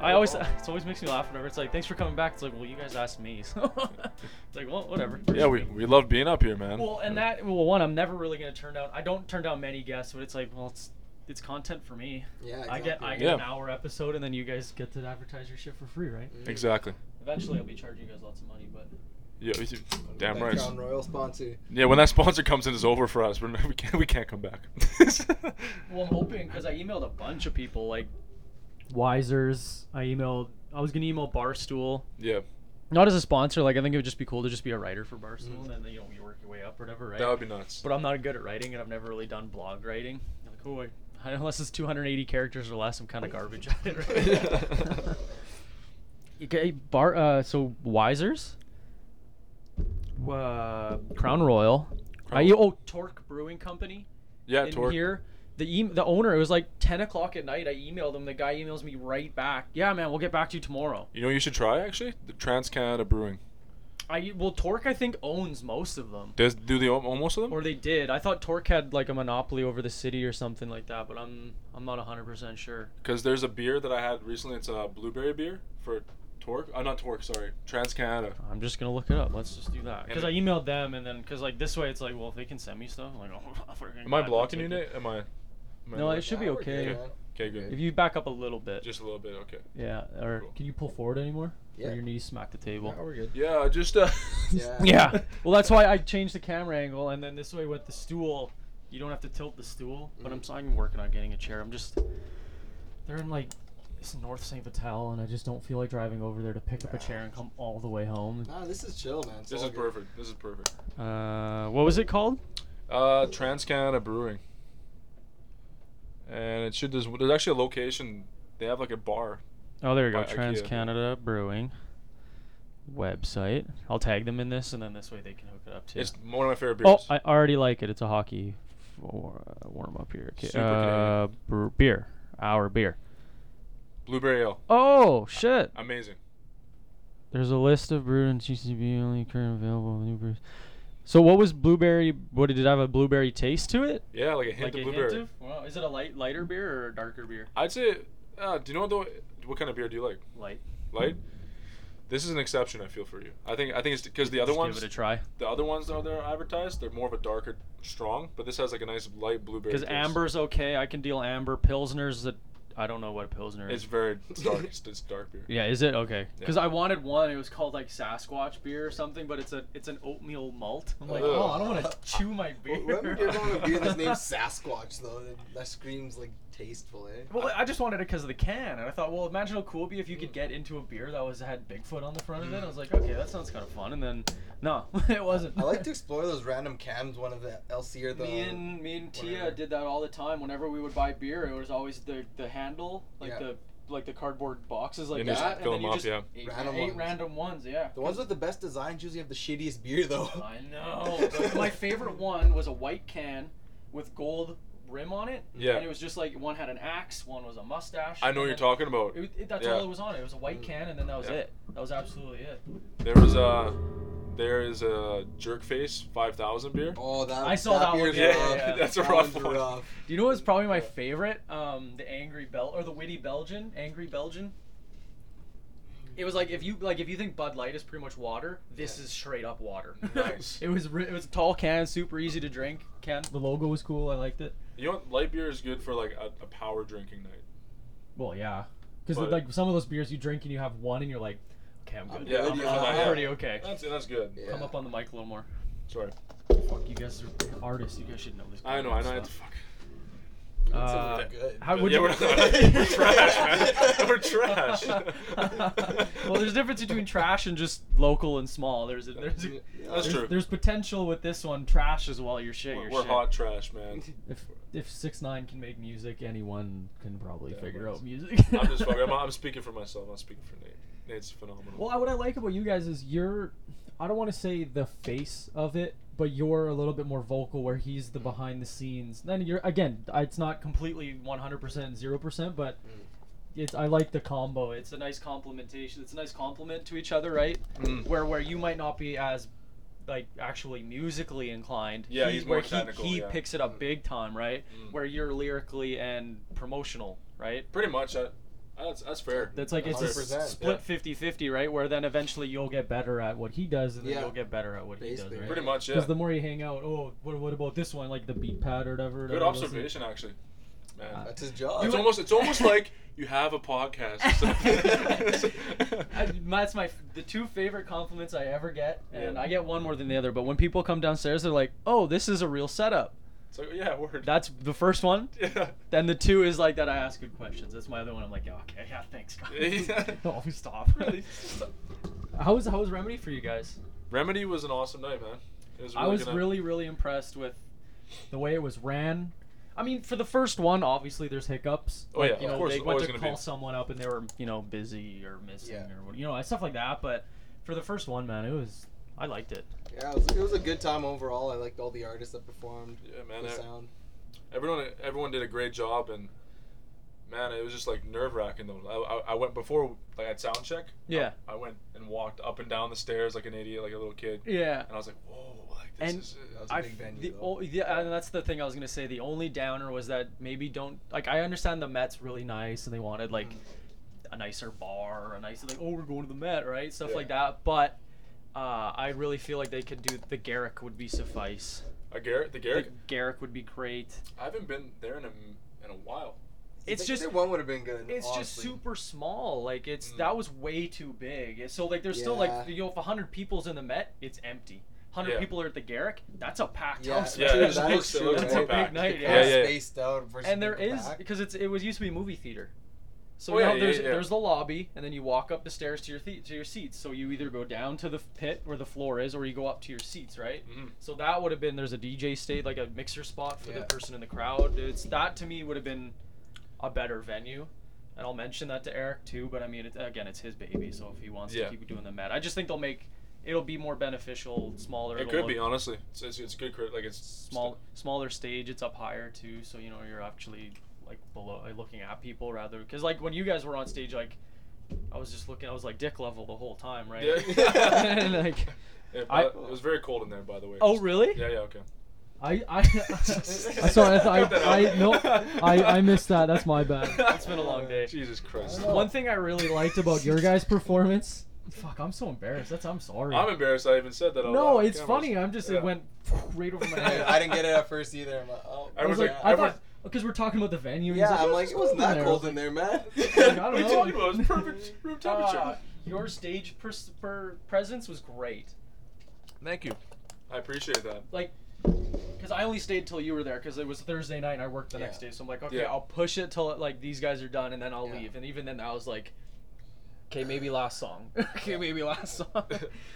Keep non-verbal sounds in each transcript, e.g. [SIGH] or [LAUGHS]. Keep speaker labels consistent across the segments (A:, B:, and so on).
A: I always, [LAUGHS] it always makes me laugh whenever it's like, thanks for coming back. It's like, well, you guys asked me. [LAUGHS] So it's like, well, whatever.
B: Yeah, we, we love being up here, man.
A: Well, and that, well, one, I'm never really going to turn down, I don't turn down many guests, but it's like, well, it's, it's content for me.
C: Yeah,
A: I get,
C: exactly.
A: I get an
B: Yeah.
A: hour episode and then you guys get to advertise your shit for free, right?
B: Exactly.
A: Eventually I'll be charging you guys lots of money, but
B: Yeah, we, damn right.
C: Background Royal sponsor.
B: Yeah, when [LAUGHS] that sponsor comes in, it's over for us. We're, [LAUGHS] n- we can't we can't come back. [LAUGHS]
A: Well, I'm hoping because I emailed a bunch of people like Wisers. I emailed. I was gonna email Barstool,
B: yeah,
A: not as a sponsor. Like I think it would just be cool to just be a writer for Barstool, and then you know you work your way up or whatever, right?
B: that would be nuts.
A: but I'm not good at writing, and I've never really done blog writing. Like, oh, I, unless it's 280 characters or less, I'm kind of garbage at it.
B: [LAUGHS]
A: Right? okay, bar. Uh, so Wisers, uh, Crown Royal. I,
B: Crown-
A: oh, Torque Brewing Company
B: yeah,
A: in
B: Torque.
A: here. The em- the owner, it was like ten o'clock at night. I emailed him. The guy emails me right back. Yeah, man, we'll get back to you tomorrow.
B: You know what you should try actually the Trans Canada Brewing.
A: I well, Torque I think owns most of them,
B: Does do the almost of them?
A: or they did. I thought Torque had like a monopoly over the city or something like that, but I'm I'm not hundred percent sure.
B: Because there's a beer that I had recently. It's a blueberry beer for Torque. Uh, not Torque, sorry. Trans Canada.
A: I'm just gonna look it up. Let's just do that.
B: And
A: Because
B: it-
A: I emailed them, and then because like this way, it's like, well, if they can send me stuff, I'm like, [LAUGHS] oh, we're gonna
B: Am I
A: gladly
B: blocking you,
A: take it.
B: Nate? Am I? Am I
A: No,
B: not?
A: it should be
C: Yeah, we're
A: okay.
C: good, man.
B: Okay, good.
A: If you back up a little bit,
B: Just a little bit. Okay.
A: yeah. Or
B: Cool.
A: can you pull forward anymore? Or
C: Yeah.
A: your knees smack the table.
C: Yeah, we're good.
B: Yeah, just uh. [LAUGHS]
C: Yeah.
A: Yeah. [LAUGHS] Well, that's why I changed the camera angle, and then this way with the stool, you don't have to tilt the stool. But
B: Mm-hmm.
A: I'm so I'm working on getting a chair. I'm just they're in like it's North Saint Vital, and I just don't feel like driving over there to pick up a chair and come all the way home.
C: Nah, this is chill, man. It's
B: This
A: [LAUGHS]
C: all
B: is
C: good.
B: perfect. This is perfect.
A: Uh, what was it called?
B: Uh, Trans Canada Brewing. And it should there's, there's actually a location. They have like a bar.
A: Oh, there you go.
B: By Ikea.
A: Trans Canada Brewing website. I'll tag them in this, and then this way they can hook it up too.
B: It's one of my favorite
A: oh,
B: beers.
A: I already like it. It's a hockey for, uh, warm up here. Okay.
B: Super
A: Uh, brew- beer. Our beer.
B: Blueberry ale.
A: Oh shit.
B: Amazing.
A: There's a list of brewed and GCB only current available new brews. So what was blueberry? What did it have a blueberry taste to it?
B: Yeah, like a hint of blueberry.
A: wow. Is it a light lighter beer or a darker beer?
B: I'd say. Uh, do you know though? What kind of beer do you like?
A: Light.
B: Light. This is an exception. I feel for you. I think. I think it's because the other ones.
A: Give it a try.
B: The other ones that are advertised, they're more of a darker, strong, but this has like a nice light blueberry.
A: Because
B: taste.
A: amber's okay. I can deal amber. Pilsner's that I don't know what a pilsner
B: It's
A: is.
B: very dark. it's, it's dark beer.
A: yeah, is it okay? Because
B: Yeah.
A: I wanted one. It was called like Sasquatch beer or something, but it's a it's an oatmeal malt. I'm like,
C: Ugh.
A: oh, I don't
C: [LAUGHS]
A: want to chew my beer.
C: Whoever gives one a
A: [LAUGHS]
C: beer that's named Sasquatch, though, that- that screams like tasteful, eh?
A: Well, I Mm. just wanted it because of the can, and I thought, well, imagine how cool it'd be if you could get into a beer that was had Bigfoot on the front of it. I was like, okay, that sounds kind of fun, and then no, [LAUGHS] it wasn't.
C: I like to [LAUGHS] explore those random cams. One of the LC or the.
A: Me and me and Tia
C: whatever.
A: did that all the time. Whenever we would buy beer, it was always the the handle, like
C: Yeah.
A: the like the cardboard boxes, like
B: And
A: that,
B: just
A: and
B: fill
A: then
B: them
A: you
B: up,
A: just
B: yeah.
A: ate,
C: Random
A: ate
C: ones.
A: random ones, yeah. [LAUGHS]
C: the ones with the best designs usually have the shittiest beer, though.
A: I
C: [LAUGHS]
A: know. but my favorite one was a white can with gold rim on it,
B: Yeah.
A: and it was just like one had an axe, one was a mustache.
B: I know what
A: and
B: you're
A: then-
B: talking about.
A: It, was- it, that's
B: Yeah.
A: all it was on. It was a white can, and then that was
B: Yeah.
A: it. That was absolutely it.
B: There was a, there is a Jerkface 5000 beer.
C: Oh, that.
A: I saw that one,
C: beer's
A: yeah,
C: rough.
A: yeah, yeah.
B: That's a
C: That
B: rough
C: one's
B: one.
C: rough.
A: Do you know what's probably my favorite? Um, the angry bel or the witty Belgian, angry Belgian. It was like if you like if you think Bud Light is pretty much water, this
C: Yeah.
A: is straight up [LAUGHS] water.
B: Nice.
A: it was ri- it was a tall can, super easy to drink. Can the logo was cool. I liked it.
B: You know, what? light beer is good for like a, a power drinking night.
A: Well, yeah, because
B: But-
A: like some of those beers you drink and you have one and you're like, okay, I'm good.
C: good,
A: I'm,
C: yeah.
A: I'm
C: Yeah.
A: pretty okay.
B: That's that's good.
C: Yeah.
A: Come up on the mic a little more.
B: Sorry.
A: Fuck, you guys are artists. You guys should know this.
B: I know. I know. I had to
A: stuff.
B: fuck.
A: Uh,
C: good.
A: How would
B: yeah, [LAUGHS]
A: you? [LAUGHS]
B: we're, not- we're trash,
C: [LAUGHS]
B: man. We're trash.
A: [LAUGHS] well, there's a difference between trash and just local and small. There's a, there's, a,
C: Yeah.
B: That's
A: there's,
B: true.
A: there's potential with this one. Trash is while you're shit.
B: We're,
A: you're
B: we're
A: shit.
B: hot trash, man.
A: If if six nine can make music, anyone can probably
B: Yeah,
A: figure
B: but-
A: out music.
B: I'm just fucking. I'm,
A: [LAUGHS]
B: I'm speaking for myself. I'm speaking for Nate. Nate's phenomenal.
D: Well, I- what I like about you guys is you're, I don't want to say the face of it, but you're a little bit more vocal where he's the behind the scenes. Then you're, again, I- it's not completely 100%, 0%, but
B: Mm.
D: it's, I like the combo. It's,
A: It's a nice complimentation. It's a nice compliment to each other, right?
B: Mm.
A: Where where you might not be as like actually musically inclined.
B: Yeah,
A: he-
B: he's more
A: where he-
B: technical,
A: He,
B: yeah.
A: picks it up big time, right?
B: Mm.
A: Where you're lyrically and promotional, right?
B: Pretty much. I, That's that's fair.
A: That's like it's a
C: 100%,
A: s- split 50-50, right? Where then eventually you'll get better at what he does, and then
C: Yeah.
A: you'll get better at what
C: Basically,
A: he does,
C: right.
A: right?
B: Pretty much, yeah.
E: Because the more you hang out, oh, what, what about this one? Like the beat pad or whatever.
B: Good
E: whatever it was.
B: observation, actually. [LAUGHS] Man,
C: Uh, That's his job.
B: it's almost it's almost like you have a podcast.
A: [LAUGHS] [LAUGHS] I, that's my the two favorite compliments I ever get, and
B: Yeah.
A: I get one more than the other. But when people come downstairs, they're like, "Oh, this is a real setup."
B: so yeah, word.
A: That's the first one.
B: [LAUGHS] yeah.
A: Then the two is like that I ask good questions. That's my other one. I'm like, okay, yeah, thanks. [LAUGHS]
B: No, [LAUGHS]
A: stop. how was how was remedy for you guys?
B: Remedy was an awesome night, man. It was
A: I was
B: good night.
A: really really impressed with the way it was ran. I mean, for the first one, obviously there's hiccups.
B: Oh, yeah,
A: you
B: of
A: know,
B: course,
A: they
B: there's
A: went
B: always
A: to
B: gonna
A: call
B: be.
A: someone up and they were you know busy or missing
C: Yeah.
A: or what, you know stuff like that. But for the first one, man, it was I liked it.
C: Yeah, it was, it was a good time overall. I liked all the artists that performed.
B: Yeah, man.
C: the
B: e-
C: sound.
B: Everyone, everyone did a great job, and man, it was just like nerve wracking though. I, I, I went before like at sound check.
A: Yeah.
B: I went and walked up and down the stairs like an idiot, like a little kid,
A: Yeah.
B: and I was like, whoa, like this
A: And-
B: is.
C: That was a
A: I
C: big
A: f-
C: venue.
A: the
C: though.
A: o- yeah, and that's the thing I was gonna say. The only downer was that maybe don't like. I understand the Met's really nice, and they wanted like a nicer bar, a nicer like, oh, we're going to the Met, right? Stuff
B: Yeah.
A: like that. But uh, I really feel like they could do the Garrick would be suffice.
B: A "Uh, Garrett, the
A: The
B: Garrick.
A: Garrick would be great.
B: I haven't been there in a m- in a while.
A: It's
C: Either-
A: just
C: either one would have been good.
A: it's just
C: honestly.
A: super small. Like it's
B: Mm.
A: that was way too big. So like there's still
C: Yeah.
A: like you know if hundred people's in the Met, it's empty. Hundred
B: Yeah.
A: people are at the Garrick. That's a packed
C: Yeah,
A: house.
B: Yeah,
A: man.
B: it
C: that
A: [LAUGHS]
B: makes
C: is
B: it
C: true.
B: look
A: That's
B: more
A: a big
B: packed.
A: night.
C: Yeah,
A: Yeah.
B: Yeah, yeah.
C: Spaced out versus
A: and there
C: being
A: is [LAUGHS]
C: compact.
A: because it's it was used to be movie theater. So
B: Oh,
A: now
B: yeah,
A: there's
B: yeah, yeah.
A: there's the lobby, and then you walk up the stairs to your the- to your seats. So you either go down to the f- pit where the floor is, or you go up to your seats, right?
B: Mhm.
A: So that would have been there's a DJ state like a mixer spot for
C: Yeah.
A: the person in the crowd. It's that to me would have been a better venue, and I'll mention that to Eric too. But I mean, it, again, it's his baby, so if he wants
B: Yeah.
A: to keep doing the Met, I just think they'll make it'll be more beneficial, smaller.
B: It
A: it'll
B: could
A: look
B: be honestly. It's it's, it's good. crit- Like it's
A: small smaller stage it's up higher too so you know you're actually like below like, looking at people rather because like when you guys were on stage like i was just looking i was like dick level the whole time right
B: [LAUGHS]
A: [LAUGHS]
E: [LAUGHS]
B: Yeah. [LAUGHS]
A: like
B: Yeah,
A: I-
B: but it was very cold in there, by the way.
A: oh really
B: Yeah, yeah,
E: [LAUGHS]
B: okay.
E: I
A: [LAUGHS]
B: [LAUGHS]
E: I, I sorry. I,
B: Cut that
E: thought- I, I
B: out.
E: no. I I missed that. That's my bad.
A: [LAUGHS] it's been a long day
B: Jesus
E: [LAUGHS]
B: Christ.
C: I know.
A: one thing i really liked
E: Liked about your guys' performance. Fuck, I'm so embarrassed. That's I'm sorry.
B: I'm embarrassed I even said that. out
E: no,
B: loud on
E: it's
B: camera.
E: funny. I'm just
B: Yeah.
E: it went right
B: [LAUGHS]
E: over my head.
C: I didn't get it at first either. I'm like, oh.
B: I
E: I was like,
B: Everyone's
E: I
B: like-
E: thought because we're talking about the venue. and he's
C: yeah,
E: like,
C: I'm
E: "Yeah,
C: like,
E: it's
C: it
E: cold
C: wasn't
E: in
C: that
E: there."
C: cold in there, man.
E: Like, I
B: what
C: [LAUGHS]
B: [LAUGHS]
E: don't
B: are you
E: know.
B: talking about? It's perfect
A: [LAUGHS]
B: room temperature.
A: Uh, your stage pers- per presence was great
B: Thank you. I appreciate
E: [LAUGHS]
B: that. [LAUGHS]
A: because I only stayed till you were there because it was Thursday night and I worked the
C: Yeah.
A: next day. So I'm like, okay,
B: Yeah.
A: I'll push it till like these guys are done and then I'll
C: Yeah.
A: leave. And even then, I was like, okay, maybe last song.
B: [LAUGHS]
A: okay,
C: Yeah.
A: maybe last song. but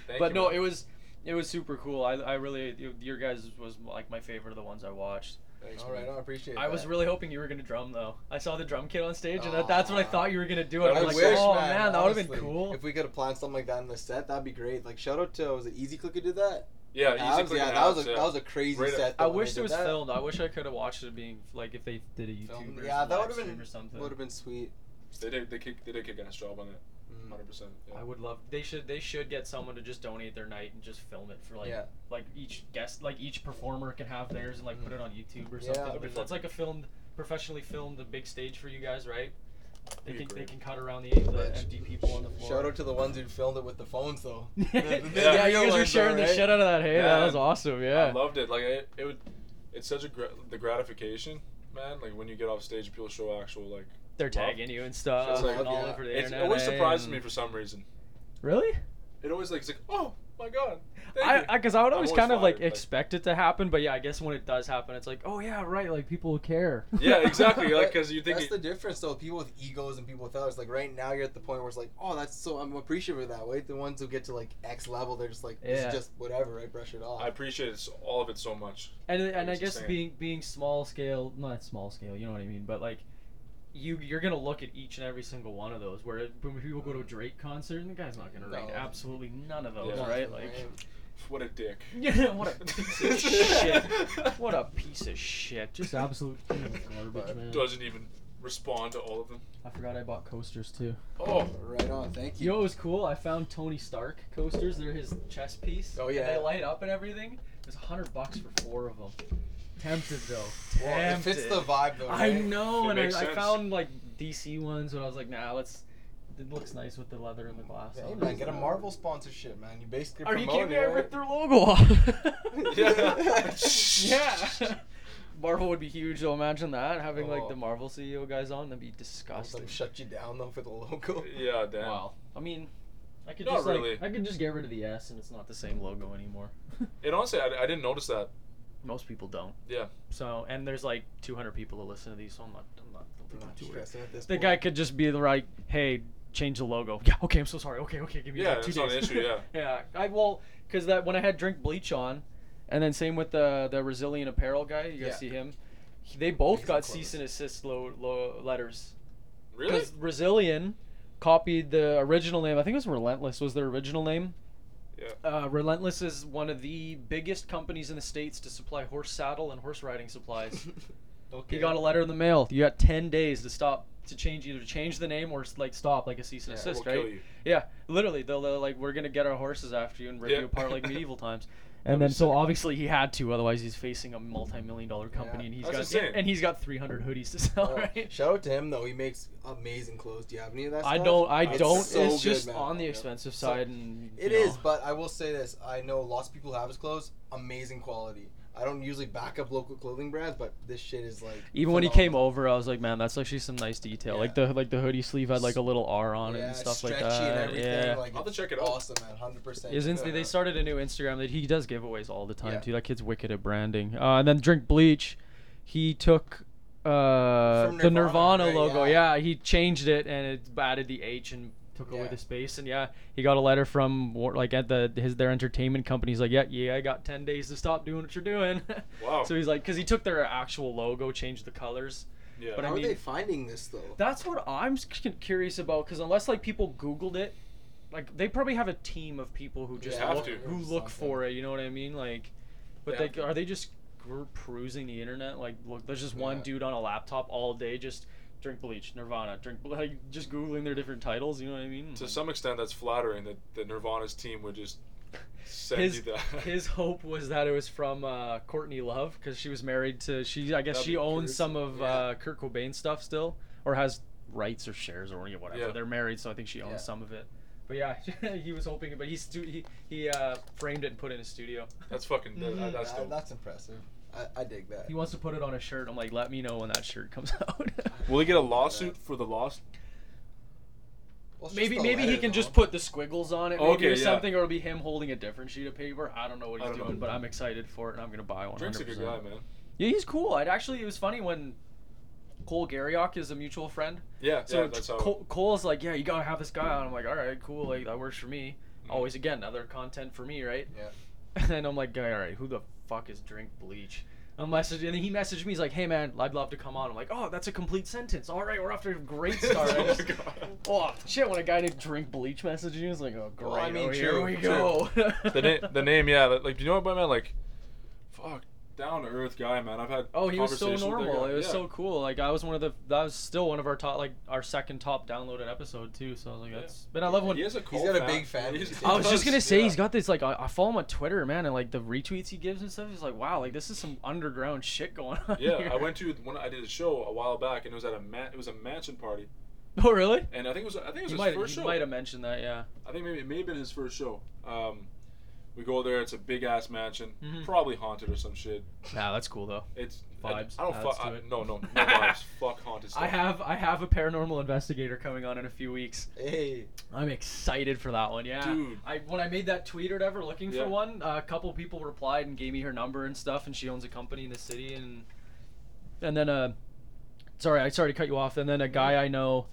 B: Thank you,
A: no,
B: man.
A: it was it was super cool. I I really you- your guys was like my favorite of the ones I watched.
B: Thanks,
C: All right,
B: man.
C: I appreciate.
A: I was
C: that.
A: really hoping you were gonna drum though. I saw the drum kit on stage and that, that's what I
C: Aw.
A: thought you were gonna do.
B: I
A: And I'm
C: I
A: like,
C: wish,
A: oh
C: man,
A: man, that would have been
C: honestly.
A: cool.
C: If we could have planned something like that in the set, that'd be great. Like shout out to was it Easy Clicker did that?
B: Yeah, easy
C: Abs,
B: clicking
C: yeah, that
B: abs,
C: was a
B: yeah.
C: that was a crazy
B: Right up-
C: set.
A: I wish it was filmed. I wish I could have watched it being like if they did a YouTube
C: Film.
A: or
C: Yeah, that
A: live
C: would have
A: stream
C: been
A: or something.
C: would have been sweet.
B: They did. They kick. They did kick ass job on it.
C: Mm.
B: 100. percent
A: I would love. They should. They should get someone to just donate their night and just film it for like,
C: Yeah.
A: like each guest, like each performer can have theirs and like put it on YouTube or
C: Mm. Yeah,
A: something.
B: that'd be
A: But
B: fun.
A: that's like a filmed, professionally filmed, a big stage for you guys, right? They
B: Be
A: can they
B: great.
A: can cut around the, the
C: But
A: empty people on the floor.
C: Shout out to the ones who filmed it with the phones
A: [LAUGHS]
C: though. [LAUGHS]
A: yeah,
B: Yeah,
A: you guys were
C: ones,
A: sharing the
C: alright?
A: shit out of that. Hey, that
B: Yeah.
A: was awesome.
B: I
A: Yeah.
B: loved it. Like it, it would. It's such a gra- the gratification, man. Like when you get off stage, people show actual like.
A: They're
B: love.
A: tagging you and stuff
B: It's like-
A: and all
C: Yeah.
A: over the
B: It's, it
A: internet.
B: always
A: eh?
B: surprises
A: And-
B: me for some reason.
A: Really?
B: It always like it's like oh my god. Thank
A: I
B: you.
A: because I would
B: I'm
A: always
B: always
A: kind of like
B: flattered, like-
A: expect it to happen, but yeah, I guess when it does happen, it's like, oh yeah, right. Like people will care.
B: yeah, exactly. Like
C: But
B: because
C: [LAUGHS]
B: you think
C: that's
B: it,
C: the difference though. People with egos and people without. It's like right now you're at the point where it's like, oh, that's so I'm appreciative of that. Wait, the ones who get to like X level, they're just like, this
A: Yeah.
C: is just whatever. Right, brush it off.
B: I appreciate it, so- all of it so much.
A: [LAUGHS] and and I
B: was just
A: guess
B: saying.
A: being being small scale, not small scale, you know what I mean, but like you you're gonna look at each and every single one of those. Where when people go to a Drake concert, and the guy's not gonna read
C: No.
A: absolutely none of those,
B: Yeah.
A: right? Like, [LAUGHS]
B: What a dick.
A: yeah, what
B: [LAUGHS]
A: a piece of shit! What a piece of shit! Just
E: Just absolute garbage, man.
B: Doesn't even respond to all of them.
E: I forgot I bought coasters too.
B: Oh,
C: right on. Thank
A: Yo,
C: you.
A: it was cool. I found Tony Stark coasters. They're his chess piece.
C: Oh,
A: and
C: yeah.
A: they light up and everything. It's a hundred bucks for four of them. Tempted though.
C: Well, it fits the
A: Tempted.
C: vibe though.
A: I
C: right?
A: know,
F: It
A: and I,
F: makes
A: I
F: sense.
A: found like DC ones, but I was like, nah, let's. It looks nice with the leather and the glass.
C: Hey
A: on it.
C: man, get a Marvel sponsorship, man. You basically
A: Are you kidding
C: promoting
A: me? I
C: it.
A: ripped their logo off.
F: Yeah.
A: yeah. Marvel would be huge. though. imagine that having like
C: Oh.
A: the Marvel CEO guys on. That'd be disgusting.
C: Some shut you down though for the logo.
F: [LAUGHS] Yeah, damn.
A: Wow. I mean, I could
F: Not
A: just like,
F: really.
A: I could just get rid of the S and it's not the same logo anymore.
F: And honestly, I, I didn't notice that.
A: [LAUGHS] Most people don't.
F: Yeah.
A: So and there's like 200 people that listen to these, so I'm not. I'm not. Don't
C: I'm
A: think
C: not
A: I'm too worried.
C: stressing at this
A: The
C: point.
A: guy could just be like, "Hey, change the logo." [LAUGHS] Yeah. Okay. I'm so sorry. Okay. Okay. Give me
F: Yeah,
A: like two
F: it's
A: days.
F: not an issue, yeah.
A: [LAUGHS] yeah. I well, because that when I had drink bleach on, and then same with the the Resilient Apparel guy. You guys
C: Yeah.
A: see him? He- they both
C: He's in
A: got
C: clothes.
A: cease and assist lo- lo- letters.
F: Really?
A: Resilient copied the original name. I think it was Relentless was their original name.
F: Yeah.
A: Uh, Relentless is one of the biggest companies in the states to supply horse saddle and horse riding supplies.
C: [LAUGHS] okay.
A: You got a letter in the mail. You got ten days to stop to change either change the name or s- like stop like a cease and
C: Yeah,
A: assist,
F: we'll
A: right?
F: kill you.
A: Yeah, literally, they'll, they'll like we're gonna get our horses after you and rip
F: Yeah.
A: you apart like
C: [LAUGHS]
A: medieval times.
D: That'd
A: And
D: be
A: then so
D: sick.
A: obviously he had to, otherwise he's facing a multi-million dollar company
C: Yeah.
A: and he's
F: That's
A: got
F: insane.
A: and he's got 300 hoodies to sell,
C: Oh,
A: right?
C: Shout out to him though. He makes amazing clothes. Do you have any of that?
A: I
C: stuff?
A: don't, I
C: It's
A: don't.
C: so
A: it's
C: good,
A: just
C: man.
A: on the
C: Yeah.
A: expensive
C: So-
A: side, and
C: It
A: you
C: is,
A: know.
C: but I will say this: I know lots of people have his clothes. Amazing quality. I don't usually back up local clothing brands, but this shit is like.
A: Even when he came
C: phenomenal.
A: over, I was like, "Man, that's actually some nice detail."
C: Yeah.
A: Like the like the hoodie sleeve had like a little R on it
C: yeah,
A: and stuff like
C: stretchy
A: that.
C: and everything.
A: yeah.
C: Like,
F: I'll have to
C: it's
F: check it out.
C: awesome, man. Hundred percent.
A: Isn't
F: Yeah.
A: they started a new Instagram that he does giveaways all the time
C: Uh-huh. Yeah.
A: too. That kid's wicked at branding. Uh, and then drink bleach, he took uh,
C: From
A: the Nirvana
C: Nirvana, right?
A: logo.
C: Yeah.
A: Yeah. he changed it and it added the H and took away
C: Yeah.
A: the space. And yeah, he got a letter from War- like at the his their entertainment company. He's like, yeah, yeah, I got ten days to stop doing what you're doing. [LAUGHS]
F: Wow.
A: so he's like, because he took their actual logo, changed the colors.
F: Yeah.
A: But
C: How
A: I
C: are they
A: mean-
C: finding this though?
A: That's what I'm c- curious about because unless like people Googled it, like they probably have a team of people who just
F: Yeah, have
A: look,
F: to.
A: who look for it. You know what I mean? Like, but
F: Yeah.
A: they are they just gr- perusing the internet? Like, look, there's just one
C: Yeah.
A: dude on a laptop all day just drink bleach, Nirvana, drink Ble- like just googling their different titles. You know what I mean?
F: to some extent, that's flattering that, that Nirvana's team would just send
A: his,
F: you [LAUGHS] that.
A: [LAUGHS] his hope was that it was from uh, Courtney Love because she was married to she. I guess
F: That'd
A: she
F: be
A: owns
F: cursed.
A: some of
C: Yeah.
A: uh, Kurt Cobain stuff still, or has rights or shares or whatever.
F: Yeah.
A: They're married, so I think she owns
C: Yeah.
A: some of it. But yeah, [LAUGHS] he was hoping, but he stu- he he uh, framed it and put it in his studio.
F: that's fucking. That,
A: Mhm.
F: that's
C: That-
F: dope.
C: Mm-hmm. that's impressive. I, I dig that.
A: He wants to put it on a shirt. I'm like, let me know when that shirt comes [LAUGHS] out.
F: Will he get a lawsuit for the loss?
C: Well, it's just
A: maybe
C: the
A: maybe he
C: letter,
A: can
C: though.
A: just put the squiggles on it, maybe
F: Okay,
A: or
F: yeah.
A: something, or it'll be him holding a different sheet of paper. I don't know what
F: I
A: he's
F: don't know.
A: doing, but I'm excited for it, and I'm gonna buy one.
F: Drink's a good
A: 100%.
F: guy, man.
A: Yeah, he's cool. I'd actually, it was funny when Cole Garriock is a mutual friend.
F: Yeah,
A: So
F: yeah, that's how. [LAUGHS]
A: Cole, Cole's like, yeah, you gotta have this guy on. I'm like, all right, cool, like that works for me.
F: Mhm.
A: Always again, another content for me, right?
C: Yeah.
A: [LAUGHS] And then I'm like, all right, who the fuck is Drink Bleach? I'm messaging, and then he messaged me. He's like, hey man, I'd love to come on. I'm like, oh, that's a complete sentence. All right, we're off to
F: [LAUGHS]
A: a great start. I
F: Oh my
A: just-
F: God.
A: [LAUGHS] oh shit, when a guy named Drink Bleach messaged you, it's like, oh great,
C: Well, I mean,
A: oh, here
C: true,
A: we
C: true.
A: go. [LAUGHS]
F: the, na- the name, yeah. that- Like, do you know what, man? Like, fuck, down to earth guy, man. I've had.
A: Oh, he was so
F: conversations with that
A: normal.
F: guy.
A: It was
F: Yeah.
A: so cool. Like I was one of the that was still one of our top like our second top downloaded episode too. So I was like
F: Yeah.
A: that's but I love when
F: He has a
C: got a big fan
F: He's-
C: base.
A: I was just
F: does,
A: gonna say
F: yeah.
A: he's got this like I, I follow him on Twitter, man, and like the retweets he gives and stuff. He's like, wow, like this is some underground shit going on.
F: Yeah,
A: here.
F: I went to when I did a show a while back, and it was at a ma- it was a mansion party,
A: [LAUGHS] Oh really?
F: and I think it was I think it was
A: You
F: his
A: might
F: first
A: you
F: show.
A: might have mentioned that, yeah.
F: I think maybe it may have been his first show. Um, we go there. It's a big ass mansion,
A: Mhm.
F: probably haunted or some shit.
A: Nah, that's cool though.
F: It's
A: Vibes
F: I, I don't
A: adds
F: fuck.
A: to
F: I-
A: it.
F: No, no,
A: [LAUGHS]
F: no vibes. fuck haunted stuff.
A: I have I have a paranormal investigator coming on in a few weeks.
C: Hey.
A: I'm excited for that one. Yeah.
F: Dude.
A: I when I made that tweet or whatever, looking
F: Yeah.
A: for one, uh, a couple people replied and gave me her number and stuff, and she owns a company in the city, and and then uh, sorry, I sorry to cut you off. And then a guy I know,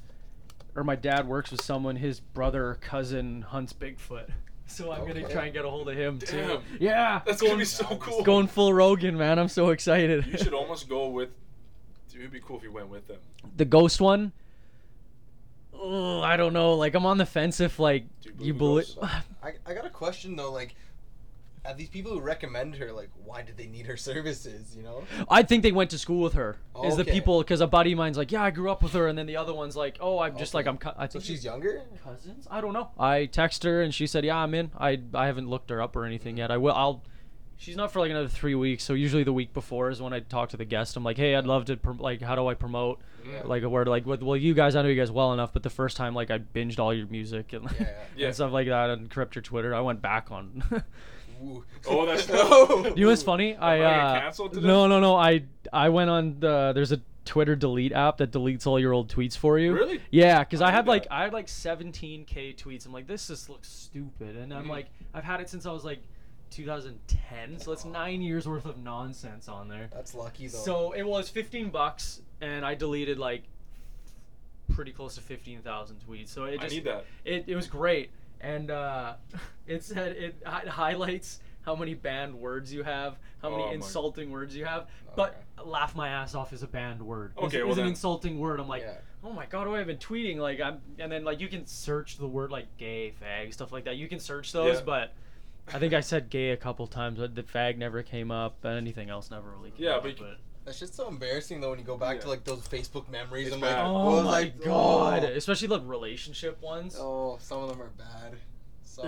A: or my dad works with someone. His brother or cousin hunts Bigfoot, [LAUGHS] so I'm gonna
C: Okay.
A: try and get a hold of him too.
F: Damn.
A: Yeah.
F: That's
A: going,
F: gonna be so cool.
A: Going full Rogan, man. I'm so excited.
F: [LAUGHS] You should almost go with. Dude, it'd be cool if you went with them.
A: [LAUGHS] the ghost one. Oh, I don't know. Like I'm on the fence if like
F: Do you
A: you
F: believe
A: believe.
F: in
A: [LAUGHS]
C: I, I got a question though, like, are these people who recommend her, like, why did they need her [LAUGHS] services? You know?
A: I think they went to school with her. Is the
C: Okay.
A: people because a buddy of mine's like, yeah, I grew up with her, and then the other one's like, oh, I'm just like
C: Okay.
A: I'm. Cu- I
C: So
A: think
C: she's younger.
A: cousins. I don't know. I text her and she said, yeah, I'm in. I I haven't looked her up or anything yet. I will. I'll. She's not for like another three weeks. So usually the week before is when I talk to the guest. I'm like, hey, I'd love to prom- like, how do I promote?
F: Yeah.
A: Like a word like, with- well, you guys, I know you guys well enough, but the first time like I binged all your music and,
C: Yeah.
F: Yeah.
A: [LAUGHS] and stuff like that and corrupt your Twitter. I went back on. [LAUGHS]
C: Ooh.
F: Oh,
C: [LAUGHS]
F: that's-
A: you know what's funny? I
F: I gonna
A: uh,
F: get canceled today?
A: no no no. I I went on the there's a Twitter delete app that deletes all your old tweets for you.
F: Really?
A: Yeah, because
F: I
A: I
F: did
A: had like
F: that.
A: I had like 17k tweets. I'm like, this just looks stupid, and I'm
F: Mhm.
A: like, I've had it since I was like 2010, so that's nine years worth of nonsense on there.
C: That's lucky though.
A: So it was 15 bucks, and I deleted like pretty close to 15,000 tweets. So it
F: I
A: just
F: need that.
A: it, it was great and uh, [LAUGHS] it said it, hi- highlights how many banned words you have how many
F: Oh my- Oh,
A: insulting words you have
C: Okay.
A: but laugh my ass off is a banned word It's-
F: Okay,
A: it's,
F: well
A: an
F: then-
A: insulting word i'm like
C: Yeah.
A: oh my god what have i been tweeting like i'm and then like you can search the word like gay fag stuff like that you can search those
F: Yeah.
A: but i think i said gay a couple times but the fag never came up and anything else never really came
F: Yeah,
A: up
F: but you-
C: That shit's so embarrassing though when you go back to
F: Yeah.
C: like those Facebook memories.
F: It's
C: I'm
F: bad.
C: like,
A: oh,
C: oh
A: my
C: like,
A: god
C: oh.
A: especially the relationship ones
C: Oh, some of them are bad. Some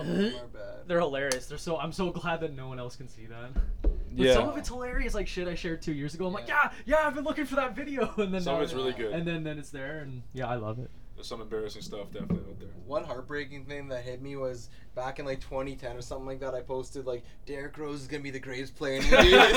A: [LAUGHS]
C: of them are bad.
A: They're hilarious. They're so I'm so glad that no one else can see that. But
F: Yeah.
A: some of it's hilarious, like shit I shared two years ago. I'm like, yeah, yeah, I've been looking for that video, [LAUGHS] and then
F: Some of
A: now-
F: it's really good.
A: and then then it's there, and yeah, I love it.
F: There's some embarrassing stuff definitely out there.
C: One heartbreaking thing that hit me was back in like 2010 or something like that. I posted like Derrick Rose is gonna be the greatest player in NBA
A: [LAUGHS]
C: history. [LAUGHS]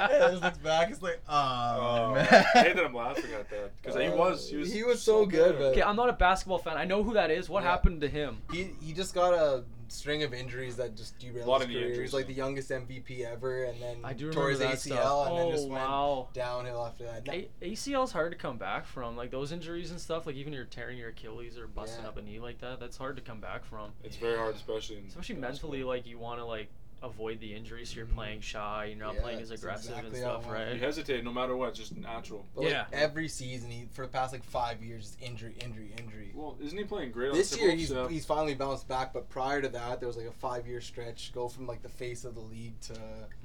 C: and I just looked back, it's like, oh,
F: Oh,
C: man.
F: I hate that I'm laughing at that because he
C: Uh,
F: was he was
C: he was so good,
F: good.
A: Okay, I'm not a basketball fan. I know who that is. What
C: Yeah.
A: happened to him?
C: He, he just got a string of injuries that just derailed
F: A lot
C: his
F: of knee
C: career. He
F: injuries,
C: was like the
F: yeah.
C: youngest MVP ever, and then
A: I do
C: tore
A: remember
C: his
A: that
C: ACL
A: stuff.
C: and then
A: oh
C: just went
A: wow.
C: downhill after that.
A: A- ACL's hard to come back from. Like those injuries and stuff. Like even you're tearing your Achilles or busting
C: Yeah.
A: up a knee like that. That's hard to come back from.
F: It's very hard, especially in
A: Especially
F: basketball.
A: mentally. Like you want to like avoid the injury, so you're playing shy. You're not
C: Mm-hmm. Yeah,
A: playing as
C: that's
A: aggressive
C: exactly how
A: and
C: it
A: stuff,
C: went.
A: right?
F: You hesitate no matter what, it's just natural.
C: But, like,
A: Yeah.
C: every season, he, for the past like five years, just injury, injury, injury.
F: Well, isn't he playing great?
C: This
F: on
C: year,
F: Timberwolves?
C: he's,
F: Yeah.
C: he's finally bounced back, but prior to that, there was like a five year stretch go from like the face of the league to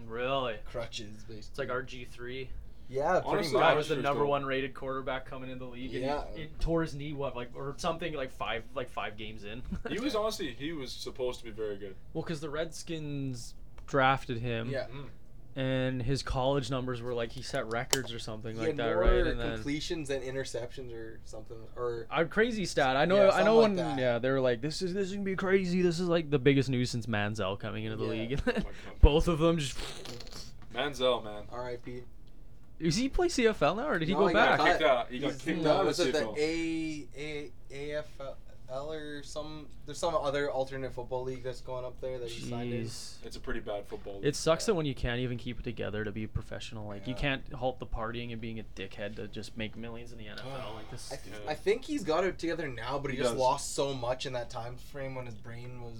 A: Really.
C: crutches, basically.
A: It's like RG three.
C: yeah, pretty
F: Honestly,
A: guy
F: I
C: much.
A: was the
F: Rodgers
A: number
F: though.
A: one rated quarterback coming in the league. and he-
C: Yeah.
A: he, tore his knee what like or something like five like five games in.
F: he
A: [LAUGHS]
F: was honestly he was supposed to be very good.
A: well because the Redskins drafted him.
C: Yeah.
F: Mm.
A: And his college numbers were like he set records or something
C: He
A: like
C: had
A: that,
C: more
A: right? And then.
C: completions than interceptions or something. Or
A: A crazy stat. I know.
C: Yeah,
A: I know. When,
C: something like that.
A: yeah, they were like, "This is this is gonna be crazy. This is like the biggest news since Manziel coming into the
C: Yeah.
A: league." [LAUGHS]
F: God.
A: Both of them just.
F: Manziel, man.
C: RIP.
A: Does he play CFL now, or did he
C: No,
A: go
F: He
C: he
A: back?
C: got
F: got
C: cut.
F: kicked out. He got
C: He's-
F: kicked
C: no,
F: out of
C: it's
F: the
C: at the
F: CFL.
C: A, A, AFL or some. There's some other alternate football league that's going up there that he signed in.
A: Jeez.
F: It's a pretty bad football. league.
A: It sucks that when you can't even keep it together to be professional. Like you
C: Yeah.
A: can't halt the partying and being a dickhead to just make millions in the
C: [SIGHS]
A: NFL. Like this.
C: I, th-
F: Yeah.
C: I think he's got it together now, but he,
F: He
C: just
F: does.
C: lost so much in that time frame when his brain was